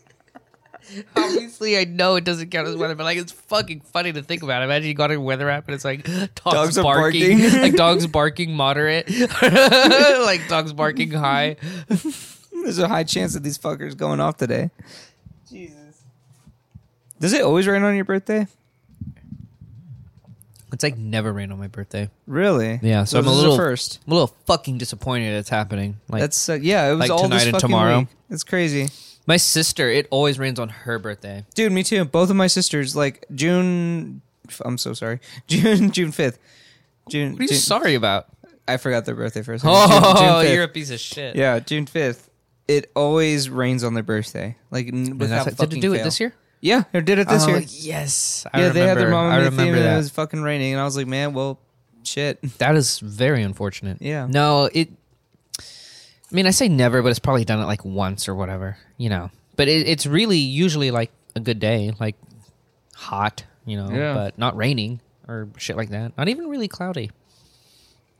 A: Obviously, I know it doesn't count as weather, but like it's fucking funny to think about. Imagine you got a weather app and it's like dogs,
B: Dogs are
A: barking, [LAUGHS]
B: barking.
A: like dogs barking moderate, [LAUGHS] like dogs barking high.
B: There's a high chance of these fuckers going off today. Jesus. Does it always rain on your birthday?
A: It's like never rain on my birthday.
B: Really?
A: Yeah, so I'm a
B: this is the
A: little-
B: first.
A: I'm a little fucking disappointed it's happening. Like
B: That's uh, yeah. It was
A: Like
B: all
A: tonight
B: this
A: and
B: fucking
A: tomorrow.
B: week. It's crazy,
A: my sister, it always rains on her birthday.
B: dude. Me too. Both of my sisters, like June. I'm so sorry. [LAUGHS] June June fifth. June.
A: What are you
B: June-
A: sorry about?
B: I forgot their birthday first.
A: Oh,
B: June, June 5th.
A: you're a piece of shit.
B: yeah, June fifth. It always rains on their birthday. Like n-
A: And
B: without
A: that's- did
B: fucking
A: it do
B: fail.
A: it this year?
B: Yeah, they did it this
A: Oh,
B: year.
A: Yes, I
B: Uh, yeah, they had their
A: remember- I
B: mom and me theme,
A: remember
B: and
A: that.
B: it was fucking raining, and I was like, man, well, shit. [LAUGHS]
A: That is very unfortunate.
B: Yeah.
A: No, it. I mean, I say never, but it's probably done it like once or whatever, you know. But it, it's really usually like a good day, like hot, you know,
B: Yeah.
A: but not raining or shit like that. Not even really cloudy.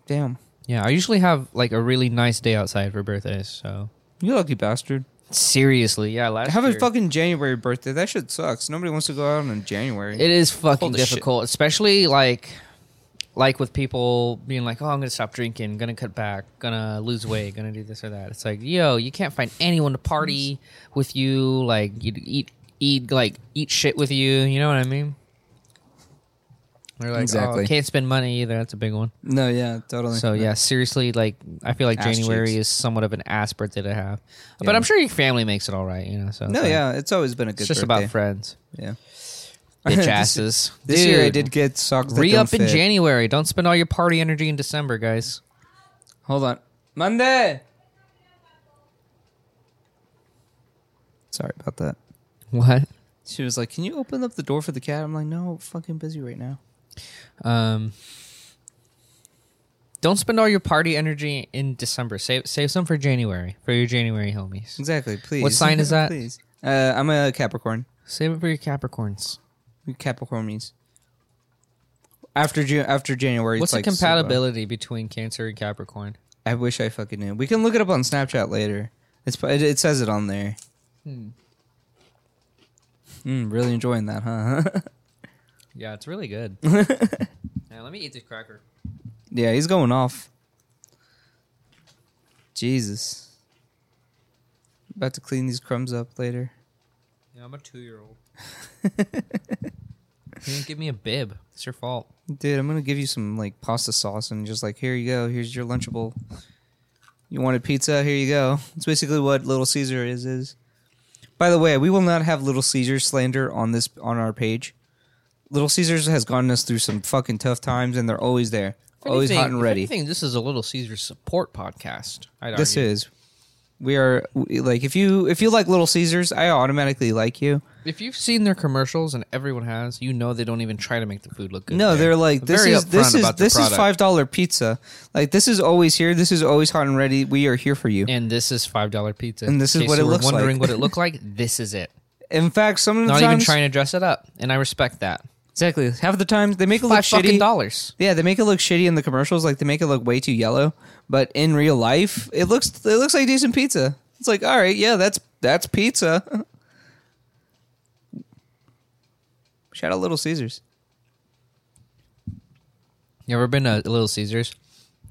B: Damn.
C: Yeah, I usually have like a really nice day outside for birthdays. So
B: You lucky bastard.
A: Seriously, yeah. Last
B: Have a
A: year-
B: fucking January birthday. That shit sucks. Nobody wants to go out in January.
A: It is fucking
C: Holy shit.
A: difficult, especially like like with people being like, "Oh, I'm gonna stop drinking, gonna cut back, gonna lose weight, gonna do this or that." It's like, yo, you can't find anyone to party with you, like you eat eat like eat shit with you. You know what I mean? They're like,
B: Exactly.
A: oh, can't spend money either. That's a big one.
B: no, yeah, totally.
A: So yeah, seriously, like I feel like
B: Ass
A: January
B: cheeks.
A: is somewhat of an ass birthday to have, but
B: Yeah.
A: I'm sure your family makes it all right. You know, so it's
B: No,
A: like-
B: yeah, it's always been a good.
A: it's just
B: birthday.
A: about
B: [LAUGHS]
A: friends,
B: yeah.
A: bitch
B: This-
A: asses.
B: This year I
A: Dude.
B: did get socks. That
A: Re up
B: don't
A: in
B: fit.
A: January. Don't spend all your party energy in December, guys.
B: Hold on, Monday. Sorry about that.
A: What?
B: She was like, "Can you open up the door for the cat?" I'm like, "No, fucking busy right now."
A: Um, don't spend all your party energy in December. Save save some for January for your January homies.
B: Exactly. Please.
A: What sign is that?
B: please. Uh, I'm a Capricorn.
A: Save it for your Capricorns.
B: We Capricornies. After June, after January,
A: What's
B: it's like
A: the
B: super-
A: compatibility between Cancer and Capricorn?
B: I wish I fucking knew. We can look it up on Snapchat later. It's it, it says it on there. Hmm. really enjoying that, huh? [LAUGHS]
A: Yeah, it's really good. now, let me eat this cracker.
B: yeah, he's going off. Jesus. About to clean these crumbs up later.
A: Yeah, I'm a two year [LAUGHS] old. you didn't give me a bib. It's your fault.
B: Dude, I'm gonna give you some like pasta sauce and just like here you go. Here's your lunchable. You wanted pizza? Here you go. It's basically what Little Caesar is. Is. By the way, we will not have Little Caesar slander on this on our page. Little Caesars has gotten us through some fucking tough times, and they're always there,
A: If
B: always Oh, hot
A: anything-
B: and
A: if
B: ready.
A: anything, this is a Little Caesar support podcast. I'd
B: This
A: argue.
B: is. We are we- like if you if you like Little Caesars, I automatically like you.
A: If you've seen their commercials, and everyone has, you know they don't even try to make the food look good.
B: No,
A: there.
B: they're like this
A: Very
B: is this
A: upfront
B: is
A: about the
B: this is
A: product.
B: five dollar pizza. Like this is always here. This is always hot and ready. We are here for you.
A: And this is five dollar pizza.
B: And this
A: In
B: is
A: case
B: what it
A: you were
B: looks like.
A: Wondering what it looked like. This is it.
B: In fact, some of the
A: Not even
B: times
A: trying to dress it up, and I respect that.
B: Exactly. Half the time they make it look
A: Five fucking
B: shitty.
A: dollars.
B: Yeah, they make it look shitty in the commercials. Like they make it look way too yellow. But in real life, it looks it looks like decent pizza. It's like, all right, yeah, that's that's pizza. [LAUGHS] Shout out Little Caesars.
A: You ever been to Little Caesars,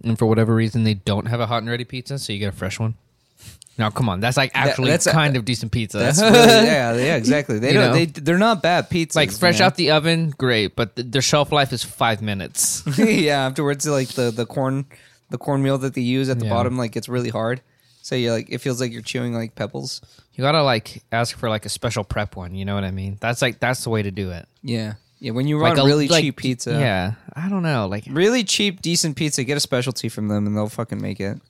A: and for whatever reason they don't have a hot and ready pizza, so you get a fresh one. Now, come on, that's like actually
B: that's a-
A: kind of decent pizza. [LAUGHS]
B: That's really, yeah, yeah, exactly. They
A: You
B: don't
A: know?
B: they they're not bad pizzas.
A: like fresh
B: man. [LAUGHS]
A: out the oven, great, but th- their shelf life is five minutes.
B: yeah, afterwards like the the corn the cornmeal that they use at the
A: Yeah.
B: bottom like it's really hard. So you are like it feels like you're chewing like pebbles.
A: You gotta like ask for like a special prep one. You know what I mean? That's like that's the way to do it.
B: Yeah. Yeah, when you
A: Like
B: want
A: a-
B: really
A: like-
B: cheap pizza.
A: Yeah, I don't know. Like
B: really cheap, decent pizza. Get a specialty from them, and they'll fucking make it.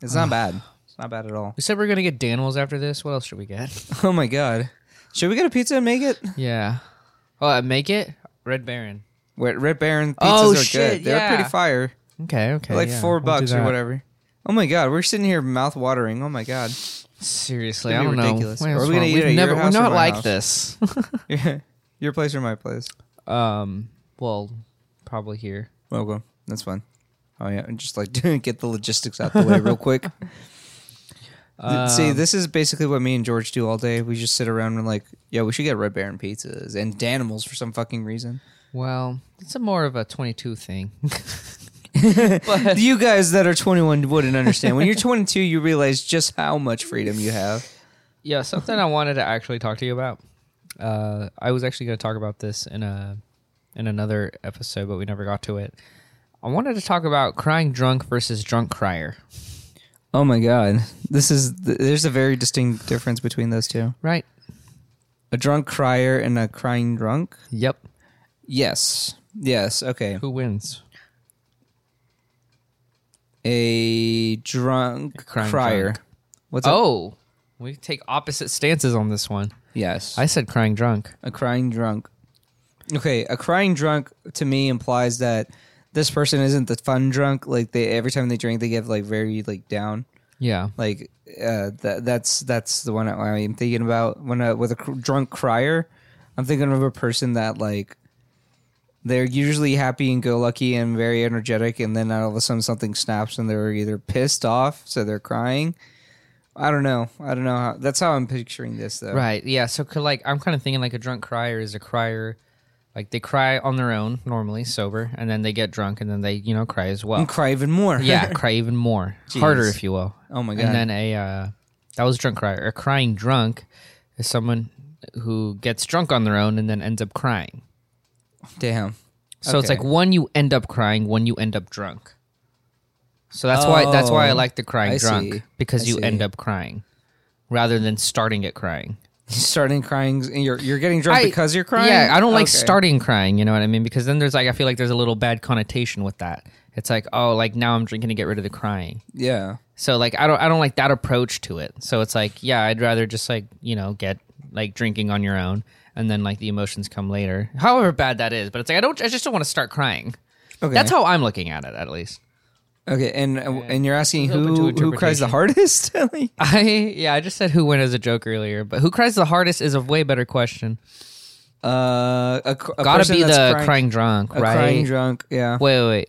B: It's not bad. It's not bad at all. [LAUGHS]
A: we said, we're gonna get Danimals after this. What else should we get?
B: Oh my god, should we get a pizza and make it?
A: yeah. Oh, uh, make it Red Baron.
B: Wait, Red Baron pizzas
A: Oh,
B: are
A: shit,
B: good. They're
A: yeah.
B: pretty fire.
A: Okay, okay.
B: They're like
A: yeah,
B: 4
A: we'll do
B: bucks or
A: that.
B: whatever. Oh my god, we're sitting here mouth watering. Oh my god, [LAUGHS]
A: Seriously,
B: It'd
A: I
B: be
A: don't know.
B: ridiculous.
A: Wait,
B: Are
A: what's
B: we gonna
A: wrong?
B: eat
A: We've
B: at your
A: never,
B: house or
A: We're not
B: my
A: like
B: house?
A: this. [LAUGHS]
B: your place or my place?
A: um. Well, probably here.
B: Okay, that's fine. Oh yeah, and just like [LAUGHS] get the logistics out the way real [LAUGHS] quick. Th- See, this is basically what me and George do all day. We just sit around and like, yeah, we should get Red Baron pizzas and Danimals for some fucking reason. [LAUGHS]
A: Well, it's a more of a twenty-two thing.
B: you guys that are 21 wouldn't understand. When you're 22, you realize just how much freedom you have.
A: Yeah, something I wanted to actually talk to you about. Uh, I was actually going to talk about this in a in another episode, but we never got to it. I wanted to talk about crying drunk versus drunk crier.
B: Oh my god, this is th- there's a very distinct difference between those two.
A: Right?
B: A drunk crier and a crying drunk.
A: Yep.
B: Yes, yes, okay.
A: Who wins?
B: A drunk
A: crying
B: crier.
A: drunk.
B: What's up?
A: Oh, we take opposite stances on this one.
B: Yes,
A: I said crying drunk.
B: a crying drunk. Okay, a crying drunk to me implies that this person isn't the fun drunk. Like they every time they drink, they get like very like down.
A: Yeah.
B: like uh, that that's that's the one I, I'm thinking about when I, with a cr- drunk crier. I'm thinking of a person that like They're usually happy and go lucky and very energetic, and then all of a sudden something snaps, and they're either pissed off, so they're crying. I don't know. I don't know. How, that's how I'm picturing this, though.
A: Right. Yeah. So, 'cause, like, I'm kind of thinking like a drunk crier is a crier, like they cry on their own normally, sober, and then they get drunk, and then they you know cry as [LAUGHS] well.
B: And cry even more.
A: yeah, cry even more, harder, if you will.
B: [LAUGHS] Oh my God.
A: And then a uh, that was drunk crier. A crying drunk is someone who gets drunk on their own and then ends up crying.
B: Damn. [LAUGHS]
A: So it's
B: Okay.
A: like one you end up crying, one you end up drunk. So that's why that's why I
B: Oh,
A: like the crying
B: I
A: drunk
B: see.
A: because
B: I
A: you
B: see.
A: end up crying rather than starting at crying.
B: You're starting crying. and You're you're getting drunk
A: I-
B: Oh, because you're crying.
A: Yeah, I don't like
B: Okay.
A: starting crying. You know what I mean? Because then there's like I feel like there's a little bad connotation with that. It's like oh, like now I'm drinking to get rid of the crying.
B: Yeah.
A: So like I don't I don't like that approach to it. So it's like yeah, I'd rather just like you know get like drinking on your own and then like the emotions come later. However bad that is, but it's like I don't I just don't want to start crying.
B: Okay.
A: That's how I'm looking at it at least. [LAUGHS]
B: Okay. And and you're asking
A: It's open
B: who
A: to
B: who cries the hardest? [LAUGHS] Like-
A: I yeah, I just said who went as a joke earlier, but who cries the hardest is a way better question.
B: Uh, a, cr- a
A: Gotta
B: person
A: be the
B: that's
A: crying,
B: crying,
A: drunk,
B: a
A: right?
B: crying drunk. Yeah.
A: Wait, wait, wait.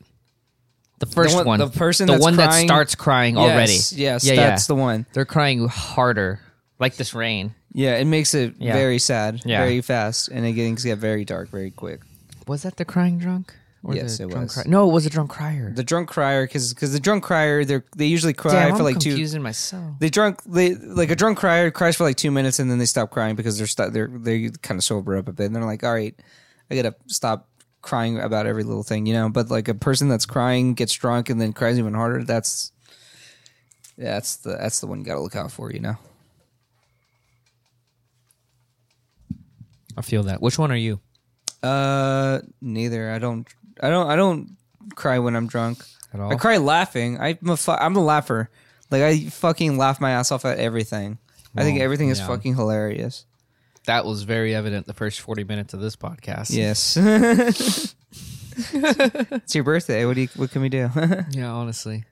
A: The first
B: one-
A: one,
B: the person
A: the
B: that's
A: one that
B: crying-
A: starts crying already.
B: Yes, yes,
A: yeah,
B: that's
A: yeah.
B: the one.
A: They're crying harder, like this rain.
B: Yeah, it makes it
A: Yeah.
B: very sad,
A: Yeah.
B: very fast, and it gets get very dark very quick.
A: Was that the crying drunk? Or
B: Yes,
A: the
B: it
A: drunk
B: was.
A: Cry- no, it was a drunk crier.
B: The drunk crier, because the drunk crier, they they usually cry
A: Damn,
B: for
A: I'm
B: like two.
A: confusing myself.
B: They drunk, they like a drunk crier cries for like two minutes, and then they stop crying because they're stu- they're they kind of sober up a bit, and they're like, all right, I gotta stop crying about every little thing, you know. But like a person that's crying gets drunk and then cries even harder. That's yeah, that's the that's the one you gotta look out for, you know.
A: I feel that. Which one are you?
B: Uh, neither. I don't. I don't. I don't cry when I'm drunk.
A: At all?
B: I cry laughing. I'm a. Fu- I'm a laugher. Like I fucking laugh my ass off at everything. I think
A: Well,
B: everything is
A: yeah.
B: fucking hilarious.
A: That was very evident the first forty minutes of this podcast. [LAUGHS]
B: [LAUGHS] Yes. it's your birthday. What do you? What can we do?
A: Yeah, honestly.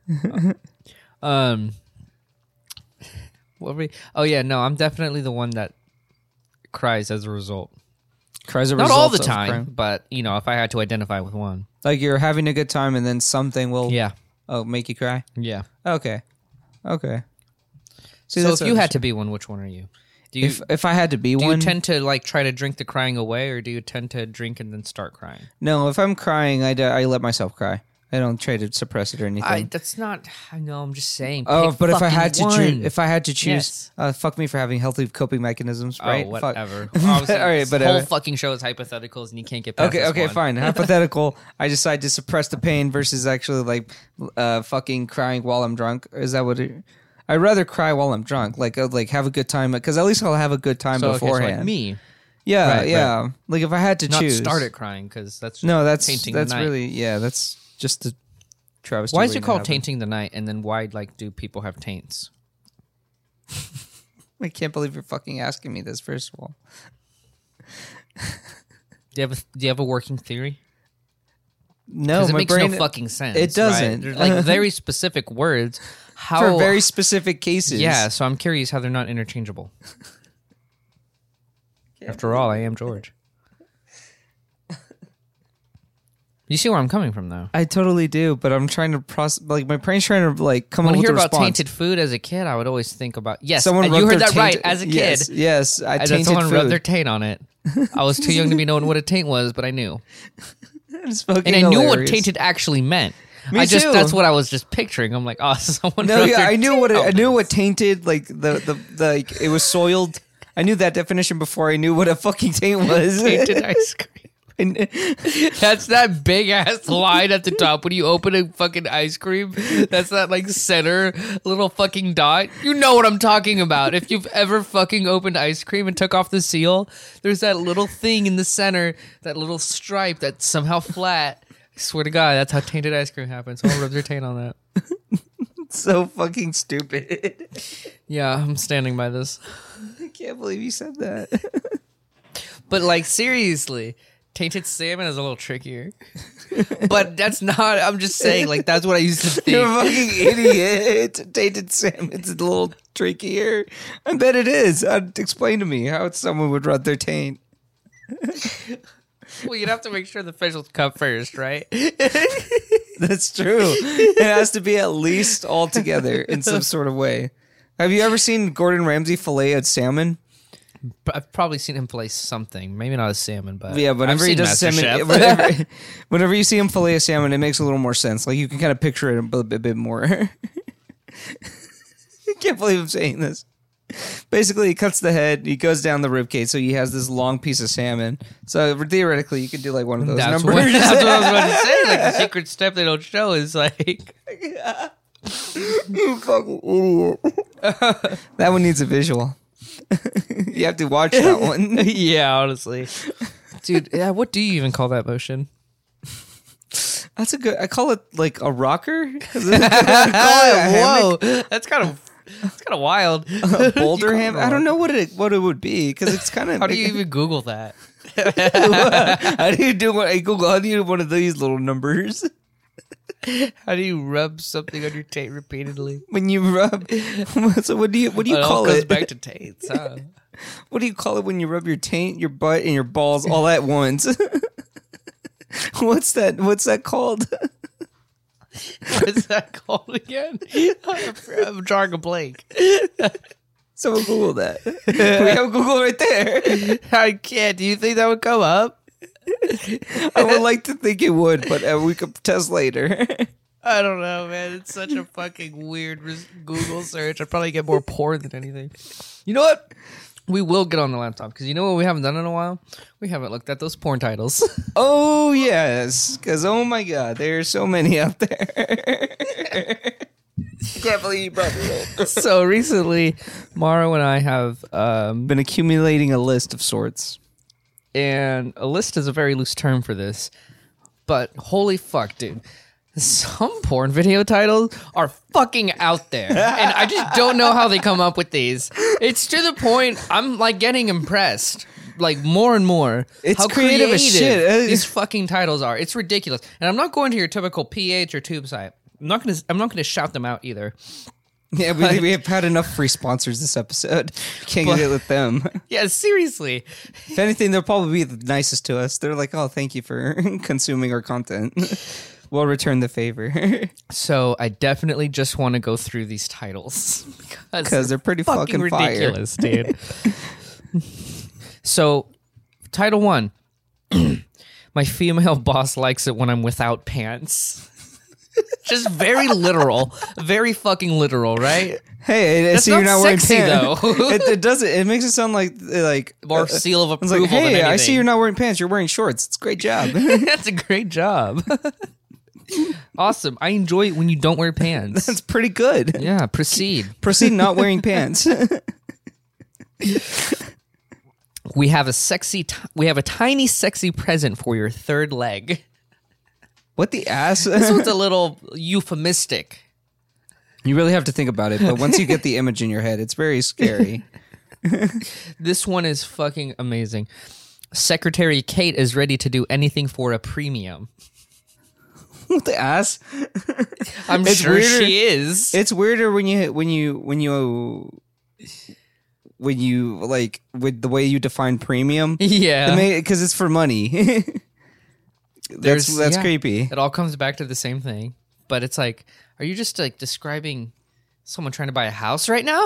A: [LAUGHS] um what were we, Oh yeah, no, I'm definitely the one that cries as a result.
B: [LAUGHS] Cries are
A: Not all the
B: results of
A: time,
B: crime.
A: but you know, if I had to identify with one.
B: Like you're having a good time, and then something will
A: Yeah.
B: oh make you cry.
A: Yeah.
B: Okay. Okay. See,
A: So
B: that's
A: if you
B: what-
A: had to be one, which one are you? Do you
B: if if I had to be
A: do
B: one,
A: you tend to like try to drink the crying away or do you tend to drink and then start crying?
B: no. If I'm crying, I, d- I let myself cry. I don't try to suppress it or anything.
A: I that's not I know, I'm just saying.
B: Oh,
A: pick
B: but if I
A: fucking
B: had to
A: one.
B: choose, if I had to choose,
A: Yes.
B: uh, fuck me for having healthy coping mechanisms,
A: Oh,
B: right? Fuck. [LAUGHS]
A: whatever. Obviously,
B: All right,
A: this
B: but,
A: whole
B: uh,
A: fucking show is hypotheticals, and you can't get past
B: Okay,
A: this
B: okay,
A: one.
B: fine. Hypothetical. I decide to suppress the pain versus actually like uh, fucking crying while I'm drunk. Is that what? It, I'd rather cry while I'm drunk, like uh, like have a good time, because at least I'll have a good time
A: So, okay, so,
B: beforehand.
A: like me,
B: yeah,
A: Right,
B: yeah. Like if I had to
A: not
B: choose,
A: start it crying because that's just
B: No, that's
A: tainting
B: that's
A: the night.
B: really yeah. That's just the Travis.
A: why is it called tainting the night and then why like do people have taints
B: I can't believe you're fucking asking me this. First of all,
A: do you have a, do you have a working theory
B: no,
A: because it
B: my
A: makes
B: brain
A: no fucking sense
B: it
A: right?
B: doesn't.
A: They're,
B: [LAUGHS]
A: like very specific words how
B: for very specific cases.
A: yeah so I'm curious how they're not interchangeable after all I am George you see where I'm coming from though
B: I totally do, but I'm trying to process. Like my brain's trying to like come up
A: when I
B: with
A: hear
B: a
A: about
B: response.
A: tainted food as a kid I would always think about yes
B: Someone
A: and
B: rubbed
A: you heard
B: their
A: that right
B: tainted-
A: as a kid
B: Yes, yes I
A: And
B: tainted
A: someone
B: food.
A: rubbed their taint on
B: [LAUGHS]
A: it. I was too young to be knowing what a taint was, but I knew,
B: It's fucking
A: and I knew what
B: hilarious.
A: tainted actually meant.
B: Me
A: I just
B: too.
A: that's what I was just picturing. I'm like, oh, [LAUGHS] someone.
B: No,
A: rubbed
B: yeah,
A: their [LAUGHS]
B: I knew
A: taint
B: what it,
A: on
B: I
A: it.
B: knew what tainted like the the, the like it was soiled. I knew that definition before I knew what a
A: [LAUGHS]
B: fucking taint was.
A: tainted ice cream.
B: [LAUGHS] And-
A: That's that big ass [LAUGHS] line at the top when you open a fucking ice cream. That's that like center little fucking dot. You know what I'm talking about. If you've ever fucking opened ice cream and took off the seal, there's that little thing in the center, that little stripe that's somehow flat. I swear to God, that's how tainted ice cream happens. Someone rubs their taint on that.
B: so fucking stupid. [LAUGHS]
A: Yeah, I'm standing by this.
B: I can't believe you
A: [LAUGHS]
B: said that.
A: But like seriously, tainted salmon is a little trickier. But that's not. I'm just saying. Like that's what I used to
B: [LAUGHS] You're a
A: think.
B: fucking idiot. [LAUGHS] Tainted salmon's a little trickier. I bet it is. Uh, explain to me how someone would rub their taint.
A: Well, you'd have to make sure the fish was cut first, right?
B: [LAUGHS] That's true. It has to be at least all together in some sort of way. Have you ever seen Gordon Ramsay fillet at salmon?
A: But I've probably seen him play something. Maybe not a salmon, but
B: Yeah, whenever he does salmon, whenever, [LAUGHS] whenever you see him fillet a salmon, it makes a little more sense. Like you can kind of picture it a bit, bit- bit more. [LAUGHS] I can't believe I'm saying this. Basically, he cuts the head. He goes down the ribcage, so he has this long piece of salmon. So theoretically, you could do like one of those
A: that's what,
B: numbers. [LAUGHS]
A: that's what I was about to say. Like the secret step they don't show is
B: [LAUGHS]
A: like
B: You fucking idiot. [LAUGHS] that one needs a visual. [LAUGHS] you have to watch that one.
A: yeah, honestly, dude. Yeah, what do you even call that
B: [LAUGHS]
A: motion?
B: That's a good. I call it like a rocker. [LAUGHS] 'Cause I call it a hammock.
A: Whoa, that's kind of that's kind of
B: [LAUGHS]
A: wild.
B: boulder ham. I don't know what it what it would be because it's kind of.
A: How do
B: [LAUGHS]
A: you even Google that?
B: how do you do one? Hey, Google. How do you do one of these little numbers [LAUGHS]
A: How do you rub something on your taint repeatedly?
B: when you rub? [LAUGHS] so what do you what do you
A: it all
B: call
A: goes
B: it?
A: back to taints. Huh?
B: [LAUGHS] what do you call it when you rub your taint, your butt, and your balls all at once? [LAUGHS] what's that? What's that called? [LAUGHS]
A: What's that called again? [LAUGHS] I'm drawing a blank.
B: Someone Google that. [LAUGHS] we have Google right there. [LAUGHS]
A: [LAUGHS] I can't. Do you think that would come up?
B: I would like to think it would, but uh, we could test later. [LAUGHS]
A: I don't know, man. It's such a fucking weird res- Google search. I probably get more porn than anything. You know what? We will get on the laptop because you know what we haven't done in a while. We haven't looked at those porn titles. [LAUGHS]
B: oh yes, because oh my god, there are so many out [LAUGHS] there. Can't believe you brought it up.
A: so recently, Maro and I have, um,
B: been accumulating a list of sorts.
A: and a list is a very loose term for this, but holy fuck, dude. Some porn video titles are fucking out there. And I just don't know how they come up with these. It's to the point I'm like getting impressed. Like more and more,
B: It's
A: how
B: creative as shit. Uh,
A: These fucking titles are. It's ridiculous, and I'm not going to your typical PH or Tube site. I'm not gonna. I'm not gonna shout them out either.
B: Yeah, we, we have had enough free sponsors this episode. [LAUGHS] Can't get it with them.
A: Yeah, seriously.
B: if anything, they'll probably be the nicest to us. They're like, "Oh, thank you for [LAUGHS] consuming our content. [LAUGHS] we'll return the favor [LAUGHS]
A: So I definitely just want to go through these titles [LAUGHS] because
B: because they're pretty fucking, fire."
A: ridiculous,
B: [LAUGHS]
A: dude. so, title one. [CLEARS THROAT] My female [LAUGHS] boss likes it when I'm without pants. Just very literal, very fucking literal, right?
B: Hey, I- I
A: That's
B: see you're
A: not
B: not
A: sexy,
B: wearing pants.
A: though.
B: [LAUGHS] it, it doesn't. It makes it sound like like
A: More
B: uh,
A: seal of
B: it's
A: approval
B: like,
A: than
B: hey,
A: anything.
B: I
A: [LAUGHS]
B: see you're not wearing pants. You're wearing shorts. It's a great job. [LAUGHS]
A: That's a great job. [LAUGHS] awesome. I enjoy it when you don't wear pants.
B: That's pretty good.
A: [LAUGHS] yeah, proceed. [LAUGHS]
B: Proceed not wearing pants. [LAUGHS]
A: We have a sexy. T- we have a tiny, sexy present for your third leg.
B: what the ass?
A: This one's a little euphemistic.
B: [LAUGHS] You really have to think about it, but once you get the image in your head, it's
A: [LAUGHS]
B: very scary.
A: This one is fucking amazing. Secretary Kate is ready to do anything for a premium.
B: what the ass?
A: I'm
B: It's
A: sure
B: weirder-
A: she is.
B: It's weirder when you when you when you when you like with the way you define premium
A: yeah.
B: because it's for money. [LAUGHS] that's
A: There's-
B: that's
A: yeah. [LAUGHS]
B: creepy.
A: it all comes back to the same thing. But it's like, are you just like describing someone trying to buy a house right now?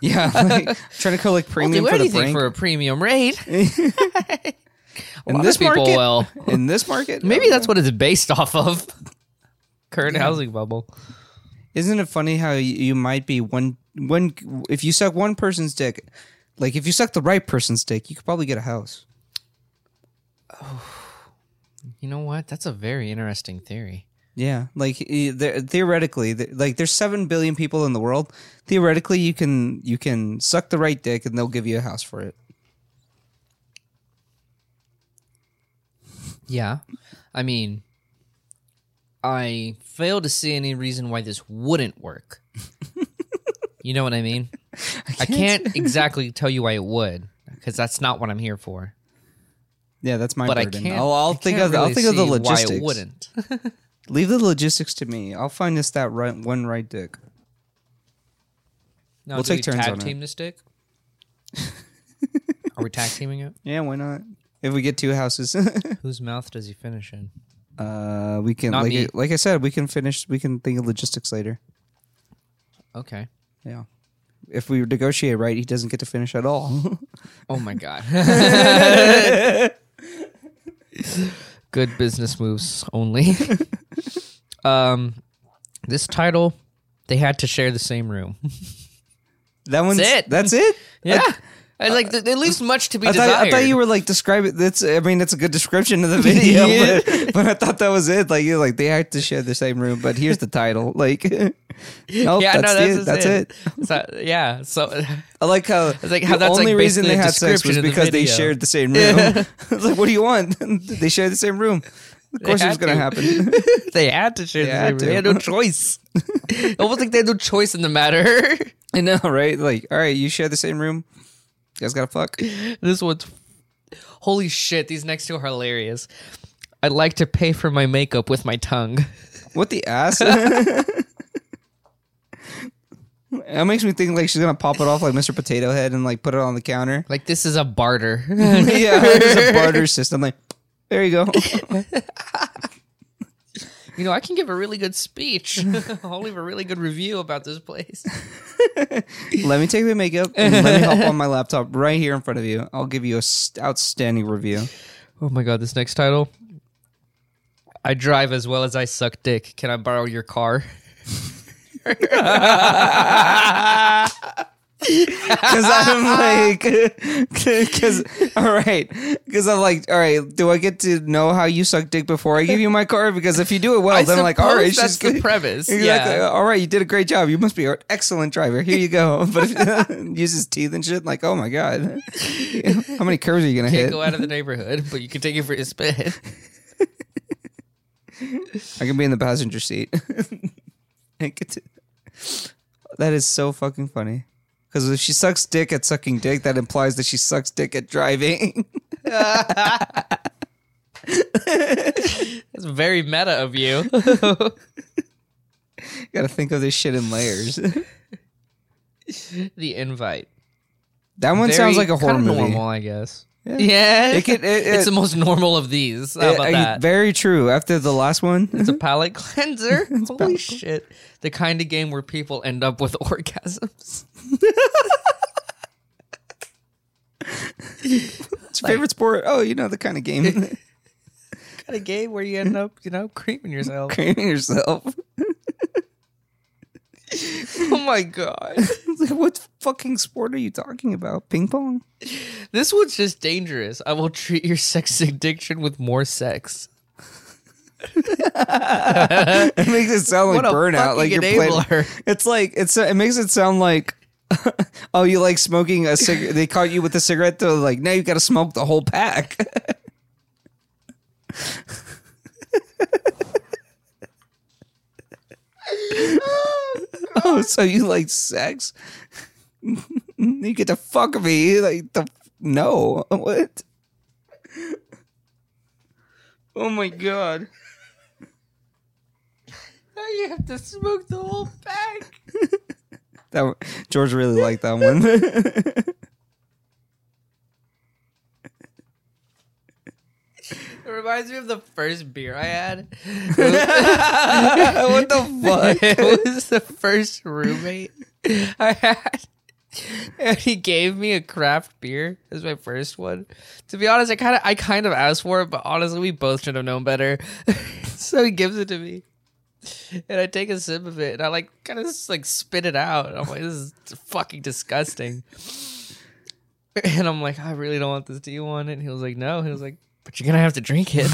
B: Yeah, like, trying to call like
A: I'll
B: premium
A: do
B: for the
A: anything
B: prank.
A: for a premium rate.
B: in
A: lot
B: this
A: of people uh,
B: market,
A: will.
B: [LAUGHS] in this market,
A: Maybe that's what it's based off of. [LAUGHS] Current housing bubble.
B: Isn't it funny how y- you might be one one if you suck one person's dick, like if you suck the right person's dick, you could probably get a house.
A: You know what? That's a very interesting theory.
B: Yeah, like e- there, theoretically, th- like there's seven billion people in the world. Theoretically, you can you can suck the right dick and they'll give you a house for it.
A: Yeah. I mean, I fail to see any reason why this wouldn't
B: [LAUGHS]
A: work. you know what I mean? I can't,
B: [LAUGHS]
A: exactly tell you why it would because that's not what I'm here for.
B: Yeah, that's my
A: But I
B: burden.
A: can't.
B: I'll, I'll
A: I
B: think
A: can't
B: of the, I'll
A: really
B: think of the
A: see
B: logistics.
A: Why it
B: [LAUGHS]
A: wouldn't.
B: Leave the logistics to me. I'll find us that right one right dick.
A: No,
B: We'll
A: do
B: take
A: we
B: [LAUGHS] turns
A: tag
B: on it.
A: team this dick. Are we tag teaming it?
B: Yeah, why not? if we get two houses. [LAUGHS]
A: Whose mouth does he finish in?
B: uh, we can
A: Not
B: like
A: me.
B: I- like I said, we can finish. We can think of logistics later.
A: Okay.
B: Yeah. If we negotiate right, he doesn't get to finish at
A: [LAUGHS]
B: all. [LAUGHS]
A: Oh my god. Good business moves only. [LAUGHS] um, this title, they had to share the same
B: [LAUGHS]
A: room.
B: that one's
A: it.
B: That's it.
A: Yeah, I, like th- it leaves much to be
B: I thought,
A: desired.
B: I thought you were like describing. That's I mean, that's a good description
A: [LAUGHS]
B: of the video,
A: Yeah.
B: but, but I thought that was it. Like you like they had to share the same room, but here's the title. [LAUGHS]
A: [LAUGHS]
B: Like, nope,
A: yeah,
B: oh,
A: no,
B: that's, the-
A: that's, just
B: that's it.
A: So, yeah, so [LAUGHS]
B: I like how it's
A: like how
B: the
A: that's, like,
B: only reason
A: basically
B: they
A: a
B: had sex
A: description
B: was
A: of the
B: because they
A: video.
B: shared
A: [LAUGHS]
B: the same room. [LAUGHS] I was like, what do you want? [LAUGHS] they share the same room. Of course, it was
A: had
B: going
A: to.
B: happen.
A: they had to share
B: They
A: the
B: had
A: same room. They had
B: to.
A: no
B: [LAUGHS]
A: choice. Almost like they had no choice in the matter. [LAUGHS]
B: I know, right? Like, all right, you share the same room. You guys gotta fuck.
A: this one's holy shit. These next two are hilarious. I'd like to pay for my makeup with my tongue.
B: What the ass? That makes me think like she's gonna pop it off like Mr. Potato Head and like put it on the counter.
A: Like this is a barter. [LAUGHS]
B: yeah, there's a barter system. Like, there you go.
A: you know, I can give a really good speech. [LAUGHS] I'll leave a really good review about this place.
B: let me take the makeup and let me help on my laptop right here in front of you. I'll give you a s- outstanding review.
A: [LAUGHS] Oh my god, this next title. I drive as well as I suck dick. Can I borrow your car?
B: Because
A: [LAUGHS]
B: I'm like, [LAUGHS] because all right, because I'm like, all right. Do I get to know how you suck dick before I give you my card? Because if you do it well, then I'm like, all right,
A: suppose that's the
B: she's good. [LAUGHS]
A: premise.
B: Exactly.
A: Yeah.
B: All right, you did a great job. You must be an excellent driver. Here you go. [LAUGHS] But if he uses teeth and shit, like, oh my god, [LAUGHS] how many curves are you gonna
A: Can't
B: hit?
A: go out of the neighborhood, but you can take it for a spin. [LAUGHS]
B: I can be in the passenger seat. [LAUGHS] I get to- [SIGHS] that is so fucking funny. Because if she sucks dick at sucking dick, that implies that she sucks dick at driving. [LAUGHS]
A: That's very meta of [LAUGHS] you.
B: [LAUGHS] Gotta think of this shit in layers. [LAUGHS]
A: the invite.
B: That one
A: Very
B: sounds like a horror
A: kinda
B: movie.
A: Normal, I guess.
B: Yeah.
A: It
B: It
A: could,
B: could- it-
A: [LAUGHS] it's
B: it-
A: the most normal of these. How
B: Yeah,
A: about
B: I-
A: that?
B: Very true. After the last one,
A: It's
B: [LAUGHS]
A: a palate cleanser. Holy shit. The kind of game where people end up with [LAUGHS] orgasms.
B: what's your favorite sport? Oh, you know the kind
A: [LAUGHS]
B: of game. [LAUGHS]
A: kind of game where you end up, you know, creaming yourself.
B: Cramming yourself.
A: [LAUGHS]
B: [LAUGHS]
A: oh my god.
B: It's like, what fucking sport are you talking about? Ping pong. [LAUGHS]
A: This one's just dangerous. I will treat your sex addiction with more sex.
B: It makes it sound like
A: What a
B: burnout.
A: fucking
B: Like you're playing.
A: enabler.
B: It's like it's. It makes it sound like. [LAUGHS] oh, you like smoking a cigarette? They caught you with a cigarette. They're like, now you got to smoke the whole pack. [LAUGHS] oh, so you like sex? [LAUGHS] you get to fuck me? Like the no? What? Oh my god.
A: [LAUGHS] Now you have to smoke the whole bag.
B: That one- George really liked that one. [LAUGHS]
A: It reminds me of the first beer I had.
B: [LAUGHS]
A: [LAUGHS]
B: what the fuck?
A: it was the first roommate I had. And he gave me a craft beer as my first one. To be honest, I kind of I kind of asked for it, but honestly, we both should have known better. [LAUGHS] so he gives it to me, and I take a sip of it, and I like kind of just like spit it out. And I'm like, this is fucking disgusting. [LAUGHS] And I'm like, I really don't want this. Do you want it? And he was like, no. He was like, but you're gonna have to drink it.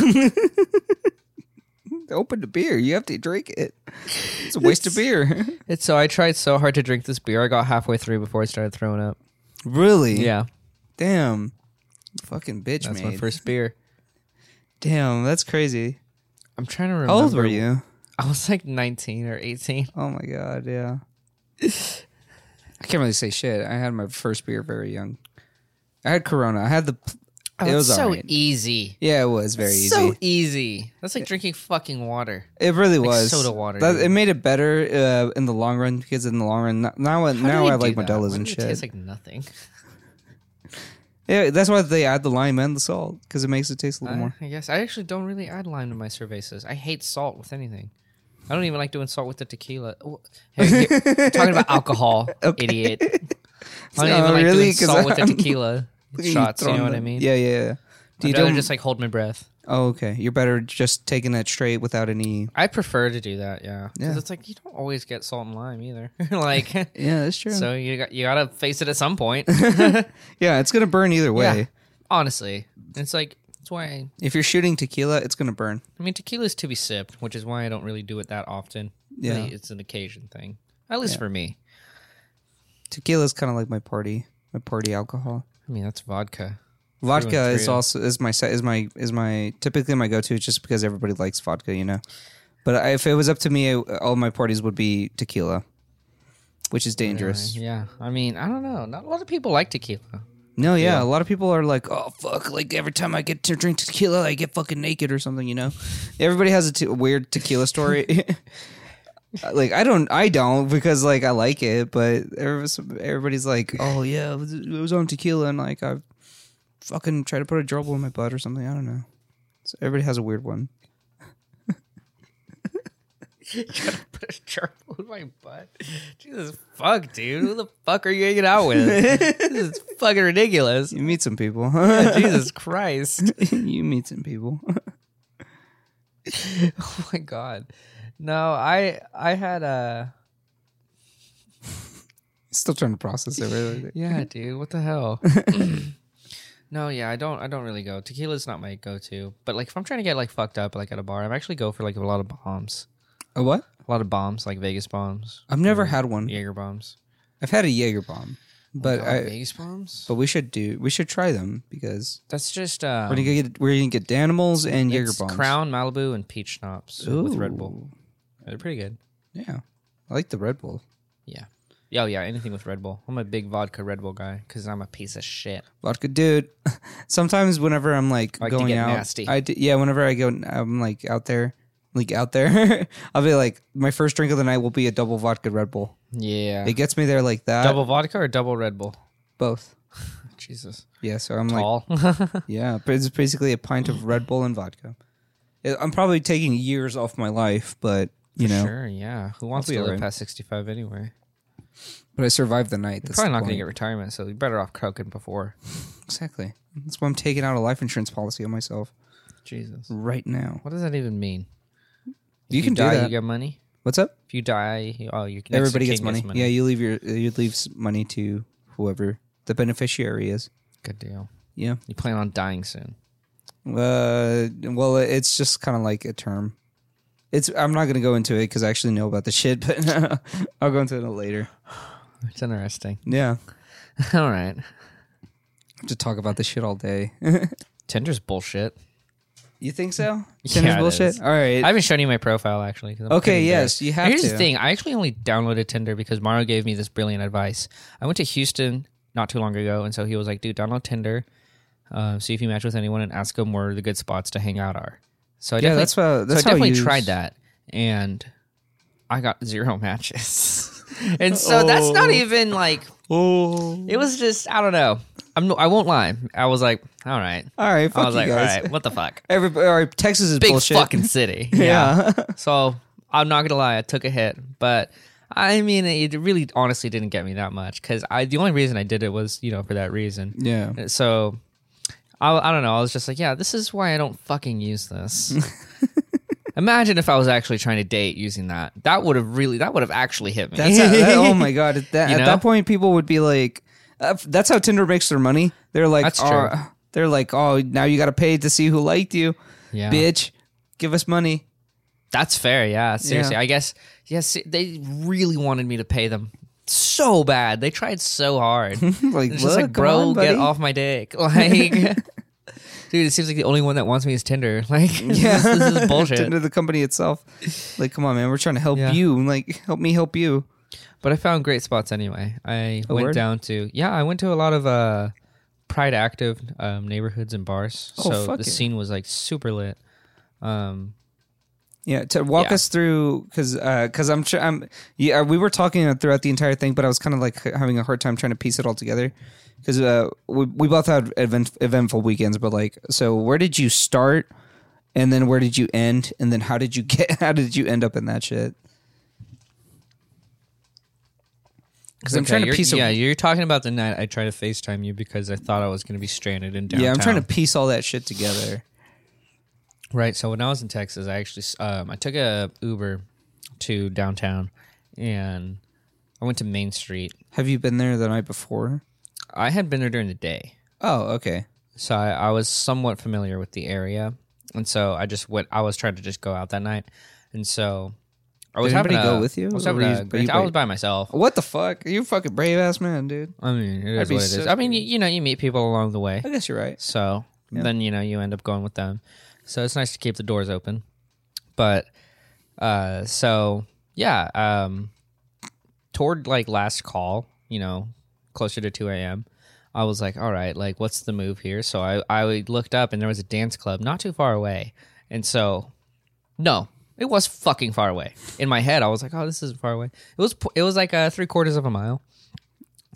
B: Open the beer. You have to drink it. It's a waste of beer.
A: It's so I tried so hard to drink this beer. I got halfway through before I started throwing up.
B: [LAUGHS] Really?
A: Yeah,
B: Damn. Fucking bitch,
A: that's
B: man.
A: my first beer.
B: Damn, that's crazy.
A: I'm trying to
B: How
A: remember.
B: old were you?
A: I was like 19 or 18.
B: Oh my god, yeah. I can't really say shit. I had my first beer very young. I had Corona. I had the. it was
A: Oh, so
B: alright.
A: easy.
B: Yeah, it was very easy.
A: So easy. That's like drinking fucking water.
B: It really was
A: soda water,
B: That,
A: dude.
B: it made it better uh, in the long run because in the long run, now now,
A: How do
B: now
A: they
B: I
A: do
B: like
A: that?
B: Modelo's
A: Why
B: and
A: does
B: shit.
A: It tastes like nothing.
B: Yeah, that's why they add the lime and the salt because it makes it taste a little more.
A: I guess I actually don't really add lime to my cervezas. I hate salt with anything. I don't even like doing salt with the tequila. Oh, Hey,
B: [LAUGHS]
A: you're talking about alcohol, idiot. I don't
B: No,
A: even like
B: Oh,
A: doing
B: really? 'Cause [LAUGHS]
A: salt with the
B: I'm-
A: tequila shots. You know what I mean?
B: Yeah, yeah. yeah. Do you
A: I'd rather
B: don't?
A: just like hold my breath.
B: oh, okay. You're better just taking that straight without any.
A: I prefer to do that. Yeah, because
B: Yeah.
A: it's like you don't always get salt and lime either. [LAUGHS] like,
B: [LAUGHS] Yeah, that's true.
A: so you got you gotta face it at some
B: [LAUGHS]
A: point.
B: yeah, it's gonna burn either way.
A: Yeah. Honestly, it's like that's why. I,
B: If you're shooting tequila, it's gonna burn.
A: I mean, tequila's to be sipped, which is why I don't really do it that often.
B: Yeah.
A: Really, it's an occasion thing, at least for me.
B: Tequila's kind of like my party, my party alcohol.
A: I mean, that's vodka.
B: Vodka
A: and
B: is
A: three.
B: also is my se- is my is my typically my go to just because everybody likes vodka, you know. But I, if it was up to me, I- all my parties would be tequila, which is dangerous.
A: Yeah, I mean, I don't know. Not a lot of people like tequila. [LAUGHS]
B: No, yeah, a lot of people are like, "Oh fuck!" Like every time I get to drink tequila, I get fucking naked or something, you know. Everybody has a te- weird tequila [LAUGHS] story. like I don't, I don't because like I like it, but every- everybody's like, "Oh yeah, it was- it was on tequila," and like I fucking tried to put a gerbil in my butt or something. I don't know. So everybody has a weird one.
A: Put a [LAUGHS] gerbil in my butt. Jesus fuck, dude. Who the fuck are you hanging out
B: [LAUGHS]
A: with? this is fucking ridiculous.
B: You meet some people. [LAUGHS]
A: Jesus Christ.
B: you meet some people. [LAUGHS]
A: [LAUGHS] Oh my god. No, I I had a
B: Still trying to process it. Really.
A: yeah, dude. What the
B: [COUGHS]
A: hell? [CLEARS THROAT] no, yeah, I don't. I don't really go. Tequila's not my go-to. But like, if I'm trying to get like fucked up, like at a bar, I'm actually go for like a lot of bombs.
B: A what?
A: A lot of bombs, like Vegas bombs,
B: I've never had one.
A: Jaeger bombs.
B: I've had a Jaeger bomb, but I.
A: Vegas bombs.
B: But we should do. We should try them because
A: That's just um,
B: we're gonna get we're gonna get Danimals and Jaeger
A: it's
B: bombs.
A: Crown, Malibu, and peach schnapps with Red Bull.
B: Ooh.
A: They're pretty good.
B: Yeah, I like the Red Bull.
A: Yeah. Yeah, Oh yeah, anything with Red Bull. I'm a big vodka Red Bull guy because I'm a piece of shit.
B: Vodka, dude. [LAUGHS] Sometimes whenever I'm like,
A: like to
B: going
A: get
B: out,
A: nasty.
B: I d- yeah. Whenever I go, I'm like out there, like out there. [LAUGHS] I'll be like, my first drink of the night will be a double vodka Red Bull.
A: Yeah.
B: It gets me there like that.
A: double vodka or double Red Bull?
B: both.
A: Jesus.
B: Yeah, so I'm like,
A: All.
B: yeah, but it's basically a pint of Red Bull and vodka. It- I'm probably taking years off my life, but
A: [LAUGHS]
B: you know,
A: Sure, yeah. Who wants
B: be
A: to live
B: alright.
A: past 65 anyway?
B: but I survived the night. That's
A: Probably
B: the
A: not going to
B: point.
A: get retirement, so you're better off croaking before.
B: Exactly. That's why I'm taking out a life insurance policy on myself
A: Jesus.
B: right now.
A: What does that even mean? If
B: You can do
A: die,
B: that.
A: you get money.
B: What's up?
A: If you die, you, oh, you can
B: Everybody gets money. Yeah, you leave your you leave s- money to whoever the beneficiary is.
A: Good deal.
B: Yeah.
A: You plan on dying soon.
B: Uh, well, it's just kind of like a term. It's I'm not gonna go into it because I actually know about the shit, [LAUGHS] but I'll go into it later.
A: It's interesting.
B: Yeah,
A: [LAUGHS] All right.
B: I have to talk about the shit all day. [LAUGHS]
A: Tinder's bullshit.
B: you think so?
A: Yeah,
B: Tinder's
A: it
B: bullshit.
A: is.
B: All right.
A: I haven't shown you my profile actually. 'cause I'm
B: Okay,
A: pretty
B: yes,
A: embarrassed.
B: you have
A: Here's
B: to.
A: the thing: I actually only downloaded Tinder because Mario gave me this brilliant advice. I went to Houston not too long ago, and so he was like, "Dude, download Tinder, uh, see if you match with anyone, and ask them where the good spots to hang out are." So I
B: yeah,
A: definitely-
B: that's what. That's
A: so I
B: how
A: definitely
B: you
A: tried that, and I got zero [LAUGHS] matches. [LAUGHS] and so that's not even like
B: Oh,
A: it was just I don't know. I'm no, I won't lie. I was like, all right.
B: all right. Fuck
A: I was
B: you
A: like,
B: guys.
A: all right, what the fuck?
B: Everybody, all right, Texas is
A: Big
B: bullshit.
A: fucking
B: [LAUGHS]
A: city.
B: yeah.
A: So I'm not gonna lie, I took a hit, but I mean, it really honestly didn't get me that much because I the only reason I did it was you know for that reason.
B: Yeah.
A: So I, I don't know. I was just like, yeah, this is why I don't fucking use
B: [LAUGHS]
A: this. Imagine if I was actually trying to date using that. That would have really, that would have actually hit me.
B: That's how, that- oh my god! At that,
A: You
B: at
A: know?
B: that point, people would be like, uh, "That's how Tinder makes their money." They're like,
A: That's
B: "Oh,"
A: true.
B: They're like, "Oh, now you got to pay to see who liked you,
A: [LAUGHS] Yeah.
B: bitch. Give us money." [LAUGHS]
A: That's fair. Yeah. Seriously.
B: Yeah.
A: I guess, yes, they really wanted me to pay them so bad. They tried so hard.
B: like,
A: It's
B: look,
A: just like, bro,
B: come on,
A: get
B: buddy." [LAUGHS]
A: off my dick. Like, dude, it seems like the only one that wants me is Tinder. [LAUGHS] Like,
B: Yeah,
A: this, this is bullshit.
B: Tinder, the company itself. Like, come on, man. We're trying to help
A: Yeah.
B: you. Like, help me help you.
A: But I found great spots anyway. I
B: Oh,
A: went
B: word?
A: down to, yeah, I went to a lot of uh, Pride Active um, neighborhoods and bars.
B: Oh,
A: so
B: fuck
A: the
B: yeah.
A: scene was like super lit. Um,
B: Yeah, to walk
D: Yeah.
B: us through because because I'm sure I'm yeah we were talking throughout the entire thing, but I was kind of like having a hard time trying to piece it all together because uh, we we both had event, eventful weekends, but like so where did you start and then where did you end and then how did you [LAUGHS] get how did you end up in that shit? Because I'm
A: Okay,
B: trying to
A: you're-
B: piece it-
A: Yeah, you're talking about the night I tried to FaceTime you because I thought I was going to be stranded in downtown.
B: yeah I'm trying to piece all that shit together.
A: Right. So when I was in Texas, I actually um, I took a Uber to downtown, and I went to Main Street.
B: Have you been there the night before?
A: I had been there during the day,
B: Oh, okay.
A: so I, I was somewhat familiar with the area, and so I just went. I was trying to just go out that night, and so I was having
B: anybody
A: a,
B: go with you?
A: I was,
B: Or
A: having
B: were you-
A: a
B: were
A: great-
B: you
A: I was
B: by-
A: by myself.
B: What the fuck? You fucking brave ass man, dude.
A: I mean, it is
B: be
A: what it is.
B: so
A: I mean, you, you know, you meet people along the way.
B: I guess you're right.
A: So then you know you end up going with them. So it's nice to keep the doors open. But uh so yeah, um toward like last call, you know, closer to two AM, I was like, all right, like what's the move here? So I, I looked up and there was a dance club not too far away. And so no, it was fucking far away. In my head, I was like, oh, this isn't far away. It was it was like uh three quarters of a mile.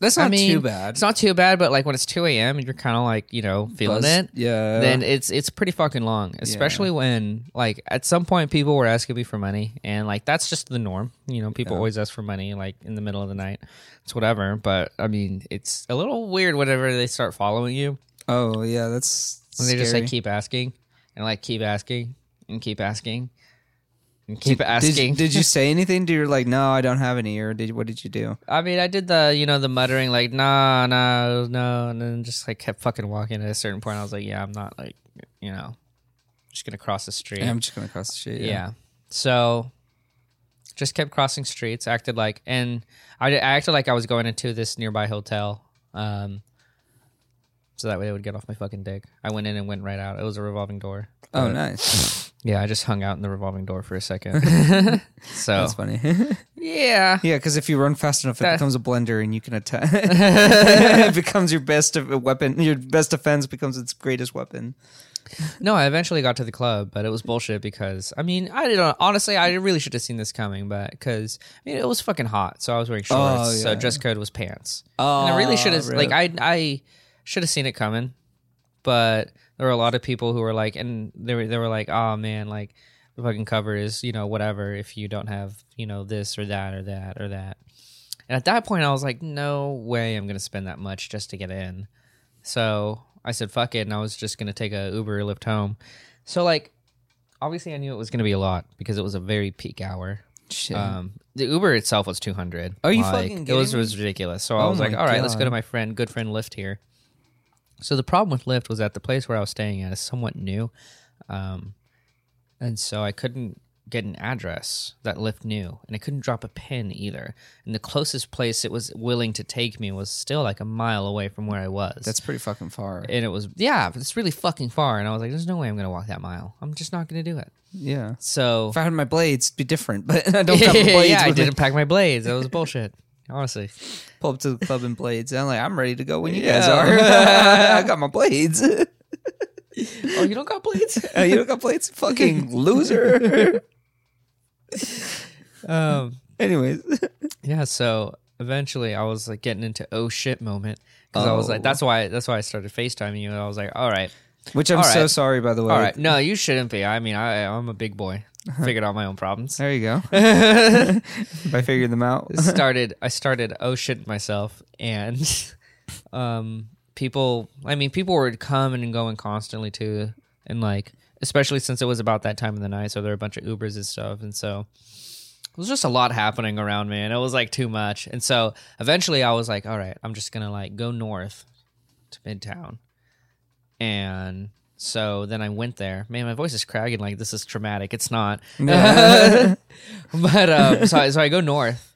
B: That's
A: I
B: not
A: mean,
B: too bad.
A: It's not too bad, but like when it's two a.m. and you're kind of like you know feeling
B: Buzz-
A: it,
B: Yeah.
A: then it's it's pretty fucking long. Especially when like at some point people were asking me for money, and like that's just the norm. You know, people always ask for money like in the middle of the night. It's whatever, but I mean, it's a little weird whenever they start following you
B: oh yeah, that's
A: and
B: scary.
A: they just like keep asking and like keep asking and keep asking and keep
B: did,
A: asking. [LAUGHS]
B: did you say anything? Do you like no, I don't have any. Or did what did you do?
A: I mean, I did the you know the muttering like nah nah no, and then just like kept fucking walking. At a certain point, I was like, yeah, I'm not like you know, just gonna cross the street.
B: Yeah, I'm just gonna cross the street.
A: yeah. So just kept crossing streets, acted like, and I, I acted like I was going into this nearby hotel. Um, so that way it would get off my fucking dick. I went in and went right out. It was a revolving door.
B: Oh,
A: [LAUGHS]
B: nice.
A: Yeah, I just hung out in the revolving door for a second.
B: [LAUGHS]
A: [LAUGHS] so
B: That's funny.
A: yeah,
B: yeah, because if you run fast enough, it
A: That-
B: becomes a blender, and you
A: [LAUGHS]
B: can attack. [LAUGHS] it becomes your best of uh, weapon. Your best defense becomes its greatest weapon.
A: [LAUGHS] No, I eventually got to the club, but it was bullshit because I mean, I didn't honestly, I really should have seen this coming, but because I mean, it was fucking hot, so I was wearing shorts,
B: Oh,
A: so
B: yeah.
A: dress code was pants. and I really should have
B: Oh,
A: like I I should have seen it coming, but there were a lot of people who were like, and they were they were like, oh man, like the fucking cover is you know whatever if you don't have you know this or that or that or that. And at that point, I was like, no way I'm going to spend that much just to get in. So I said, fuck it. And I was just going to take a Uber or Lyft home. So, like, obviously, I knew it was going to be a lot because it was a very peak hour.
B: Shit.
A: Um, the Uber itself was 200.
B: Mm. Are you
A: Like,
B: fucking
A: It
B: kidding
A: was,
B: me?
A: was ridiculous. So I
B: Oh
A: was like,
B: my
A: all right, let's go
B: God.
A: to my friend, good friend Lyft here. So the problem with Lyft was that the place where I was staying at is somewhat new. Um, and so I couldn't get an address that Lyft knew, and I couldn't drop a pin either. And the closest place it was willing to take me was still like a mile away from where I was.
B: That's pretty fucking far.
A: and it was yeah, but it's really fucking far. And I was like, there's no way I'm gonna walk that mile. I'm just not gonna do it.
B: yeah.
A: So
B: If I had my blades, it'd be different. But
A: [LAUGHS]
B: [LAUGHS] I don't have my blades.
A: yeah, I
B: with me.
A: didn't pack my blades. That was
B: [LAUGHS]
A: bullshit. Honestly,
B: Pull up to the club in blades. I'm like, I'm ready to go when you guys
A: Yeah.
B: are. [LAUGHS] I got my blades.
A: oh, you don't got blades? [LAUGHS]
B: Uh, you don't got plates? Fucking loser.
A: um,
B: Anyways.
A: yeah. So eventually, I was like getting into oh shit moment because I was
B: Oh.
A: like, that's why that's why I started Facetiming you. And I was like, all right,
B: Which I'm
A: All
B: so
A: right.
B: sorry, by the way.
A: all right. No, you shouldn't be. I mean, I I'm a big
B: [LAUGHS]
A: boy. Figured out my own problems.
B: There
A: [LAUGHS]
B: you go. I figured them out. [LAUGHS]
A: started I started oh shit myself and [LAUGHS] um people I mean people were coming and going constantly too and like especially since it was about that time of the night so there were a bunch of Ubers and stuff and so it was just a lot happening around me and it was like too much and so eventually I was like all right I'm just going to like go north to Midtown and so then I went there. Man, my voice is cracking. Like this is traumatic. It's not. [LAUGHS] but um, so I, so I go north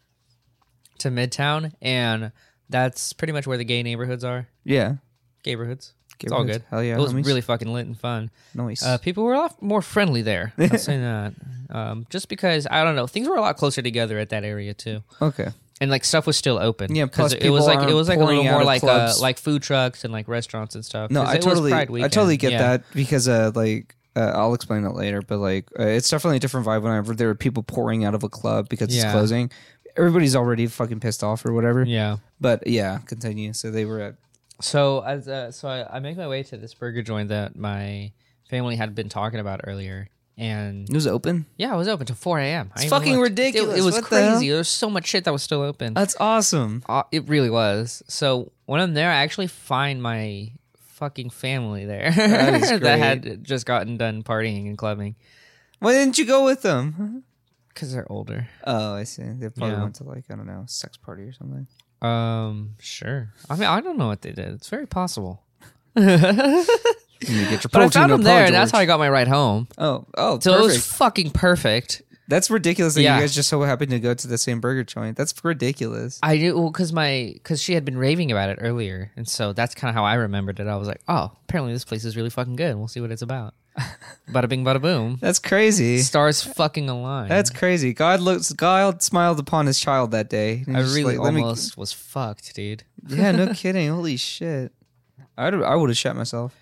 A: to Midtown, and that's pretty much where the gay neighborhoods are.
B: Yeah.
A: Neighborhoods. It's all
B: Neighborhoods.
A: good.
B: Hell yeah,
A: It was
B: homies.
A: really fucking lit and fun.
B: Nice.
A: Uh, people were a lot more friendly there.
B: [LAUGHS]
A: I'll say that. Um, just because I don't know, things were a lot closer together at that area too
B: okay.
A: and like stuff was still open.
B: Yeah,
A: 'Cause
B: plus
A: it was
B: people
A: like it
B: aren't
A: was like a
B: pouring
A: little
B: out
A: more
B: of
A: like uh,
B: clubs.
A: like food trucks and like restaurants and stuff.
B: No,
A: 'Cause
B: I
A: it was
B: totally
A: Pride
B: I totally
A: weekend.
B: get
A: Yeah.
B: that because uh like uh, I'll explain that later, but like uh, it's definitely a different vibe whenever there are people pouring out of a club because
A: Yeah.
B: it's closing. Everybody's already fucking pissed off or whatever.
A: Yeah.
B: But yeah, continue. So they were at
A: So as uh, so, I, I make my way to this burger joint that my family had been talking about earlier, and
B: it was open.
A: yeah, it was open till four a.m. It's
B: fucking ridiculous.
A: It, was
B: What the hell?
A: crazy. There was so much shit that was still open.
B: That's awesome.
A: Uh, it really was. So when I'm there, I actually find my fucking family there [LAUGHS] that,
B: is great.
A: had just gotten done partying and clubbing
B: Why didn't you go with them?
A: because they're older.
B: Oh, I see. They probably
A: Yeah.
B: went to like I don't know, a sex party or something.
A: Um, sure. I mean, I don't know what they did. It's very possible.
B: [LAUGHS] You get your
A: But I found them there, and that's how I got my ride home.
B: Oh, oh,
A: So it
B: perfect.
A: was fucking perfect.
B: that's ridiculous that
A: Yeah.
B: you guys just so happened to go to the same burger joint. That's ridiculous.
A: I knew well because my because she had been raving about it earlier, and so that's kind of how I remembered it. I was like, oh, apparently this place is really fucking good. We'll see what it's about.
B: [LAUGHS]
A: bada bing, bada boom.
B: That's crazy.
A: Stars fucking aligned.
B: That's crazy. God looks. God smiled upon his child that day. And
A: I
B: he's just
A: really
B: like, "Let me-
A: almost was fucked, dude.
B: [LAUGHS]
A: [LAUGHS]
B: yeah, no kidding. Holy shit. I'd, I would have shot myself.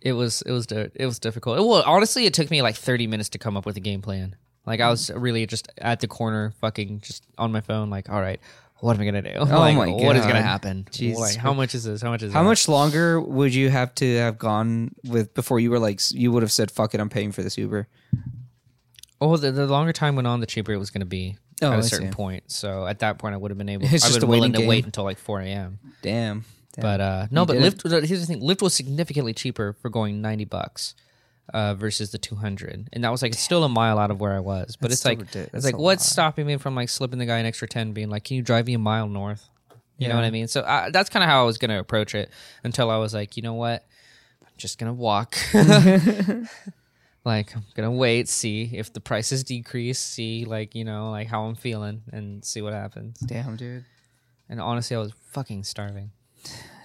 A: It was it was di- it was difficult. Well, honestly, it took me like thirty minutes to come up with a game plan. Like I was really just at the corner, fucking just on my phone. Like, all right, what am I gonna do? [LAUGHS] Oh like,
B: my
A: what is gonna
B: God.
A: happen?
B: Jesus
A: Like, how much is this? How much is
B: How
A: that?
B: much longer would you have to have gone with before you were like s- you would have said fuck it I'm paying for this Uber?
A: Oh, the, the longer time went on, the cheaper it was gonna be
B: Oh,
A: at
B: I
A: a certain
B: see.
A: point. So at that point, I would have been able.
B: It's
A: I
B: just
A: would
B: a
A: have willing
B: waiting
A: to
B: game.
A: wait until like four a.m.
B: Damn. Damn.
A: But uh, no, but
B: did it.
A: Lyft. Here's the thing: Lyft was significantly cheaper for going ninety bucks uh, versus the two hundred, and that was like still a mile out of where I was. But
B: That's
A: it's like
B: still ridic-
A: it's
B: that's
A: like
B: a
A: what's
B: lot.
A: stopping me from like slipping the guy an extra ten, being like, "Can you drive me a mile north?" You know
B: Yeah.
A: what I mean? So I, that's kind of how I was gonna approach it until I was like, you know what? I'm just gonna
B: [LAUGHS]
A: walk. [LAUGHS] like I'm gonna wait, see if the prices decrease, see like you know like how I'm feeling, and see what happens.
B: Damn, dude.
A: And honestly, I was fucking starving.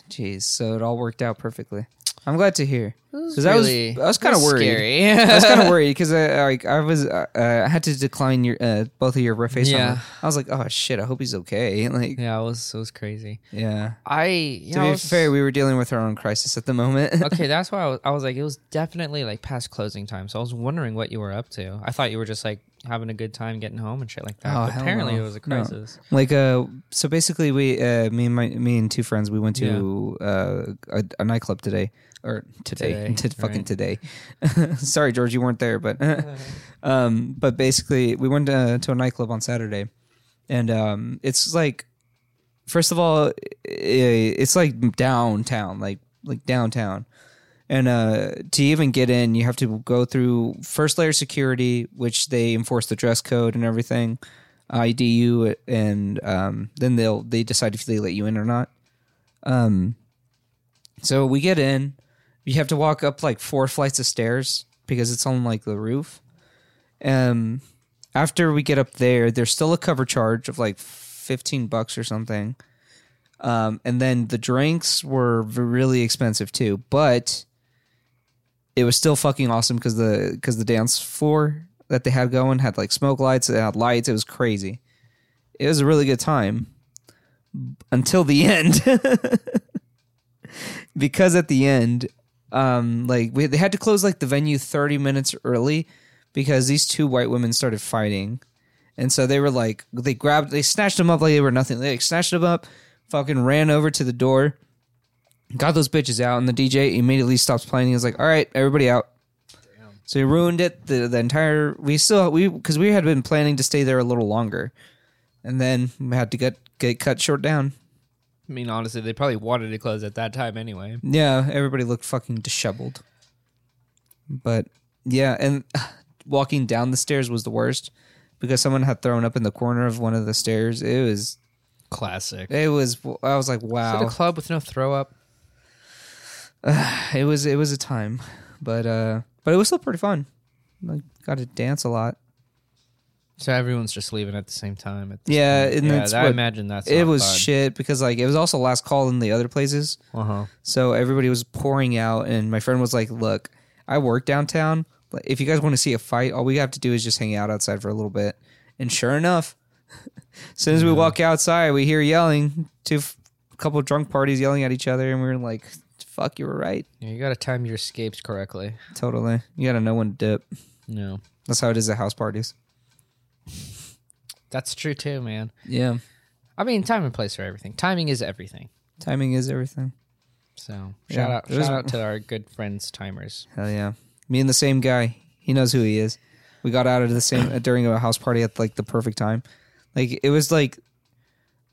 B: Jeez. So it all worked out perfectly. I'm glad to hear.
A: was
B: 'Cause I was-
A: really-
B: I was kinda
A: it
B: worried.
A: Scary.
B: I was
A: [LAUGHS]
B: kind of worried because I like I was uh, uh, I had to decline your uh, both of your reface.
A: Yeah.
B: Yeah. I was like, oh shit, I hope he's okay. [LAUGHS] Like, [LAUGHS] yeah.
A: yeah, it was it was crazy. I yeah,
B: To
A: I
B: be
A: was-
B: fair, we were dealing with our own crisis at the moment.
A: okay, that's why I was, I was like, it was definitely like past closing time. So I was wondering what you were up to. I thought you were just like having a good time getting home and shit like that.
B: [LAUGHS] Oh,
A: but
B: hell
A: apparently,
B: no.
A: it was a
B: No.
A: crisis.
B: like uh so basically we uh me and my me and two friends we went to uh a, a nightclub today or today,
A: Today,
B: [LAUGHS] to fucking
A: right.
B: today sorry george you weren't there but [LAUGHS] um but basically we went uh, to, to a nightclub on saturday and um it's like first of all i it's like downtown like like downtown and uh, to even get in, you have to go through first layer security, which they enforce the dress code and everything, ID you, and um, then they'll they decide if they let you in or not. Um, so we get in. You have to walk up like four flights of stairs because it's on like the roof. Um, after we get up there, there's still a cover charge of like fifteen bucks or something. Um, and then the drinks were v- really expensive too, but it was still fucking awesome because the because the dance floor that they had going had like smoke lights, it had lights, it was crazy. It was a really good time until the [LAUGHS] end, because at the end, um, like we they had to close like the venue thirty minutes early because these two white women started fighting. And so they were like, they grabbed, they snatched them up like they were nothing. They like, snatched them up, fucking ran over to the door, got those bitches out, and the DJ immediately stops playing. He was like, all right, everybody out. So he ruined it. The, the entire, we still, we, because we had been planning to stay there a little longer. And then we had to get, get cut short down.
A: I mean, honestly, they probably wanted to close at that time anyway.
B: Yeah, everybody looked fucking disheveled. But yeah, and [SIGHS] walking down the stairs was the worst because someone had thrown up in the corner of one of the stairs. It was
A: Classic.
B: It was. I was like,
A: Is it a
B: wow.
A: club with no throw up?
B: It was. It was a time, but uh, but it was still pretty fun. Like, got to dance a lot.
A: So everyone's just leaving at the same time. At this
B: Yeah,
A: point.
B: and
A: yeah.
B: that's
A: that- I
B: what-
A: imagine that's
B: it
A: not
B: was
A: fun.
B: shit because like it was also last call in the other places,
A: Uh-huh.
B: so everybody was pouring out. And my friend was like, "Look, I work downtown. Like, If you guys want to see a fight, all we have to do is just hang out outside for a little bit." And sure enough, [LAUGHS] as soon as we walk outside, we hear yelling. Two, f- couple drunk parties yelling at each other, and we were like, fuck, you were right.
A: Yeah, you gotta time your escapes correctly.
B: Totally. You gotta know when to dip.
A: No.
B: That's how it is at house parties.
A: That's true too, man.
B: Yeah.
A: I mean, time and place for everything. Timing is everything.
B: Timing is everything.
A: So
B: Yeah,
A: shout out,
B: it is-
A: shout [LAUGHS] out to our good friends, timers.
B: Hell yeah. Me and the same guy. He knows who he is. We got out of
A: [CLEARS THROAT]
B: the same during a house party at like the perfect time. Like it was like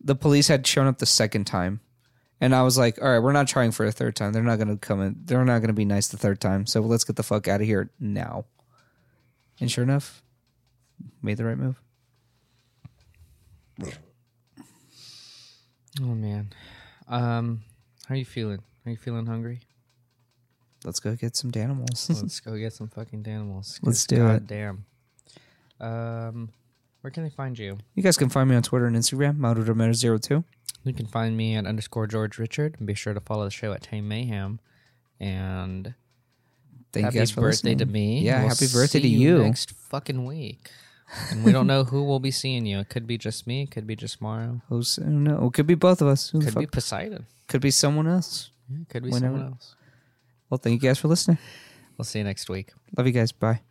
B: the police had shown up the second time. And I was like, all right, we're not trying for a third time. They're not gonna come in they're not gonna be nice the third time. So let's get the fuck out of here now. And sure enough, made the right move.
A: Oh man, um, how are you feeling? Are you feeling [LAUGHS] hungry?
B: Let's go get some
A: [LAUGHS]
B: animals.
A: Let's go get some fucking animals.
B: Let's do it.
A: Damn. Um, where can they find you?
B: you guys can find me on Twitter and Instagram, MountOdometer02.
A: You can find me at underscore George Richard. And be sure to follow the show at Tame Mayhem. And
B: Thank
A: happy
B: you guys for
A: birthday
B: listening.
A: to me.
B: Yeah,
A: We'll
B: happy birthday to
A: see
B: you.
A: next fucking week. And we don't know who will be seeing you. It could be just me. It could be just Mario.
B: Who's, I don't know. It could be both of us. Who the
A: Could
B: fuck
A: be Poseidon.
B: could be someone else.
A: Yeah, It could be
B: Whenever-
A: someone else.
B: Well, thank you guys for listening.
A: We'll see you next week.
B: Love you guys. Bye.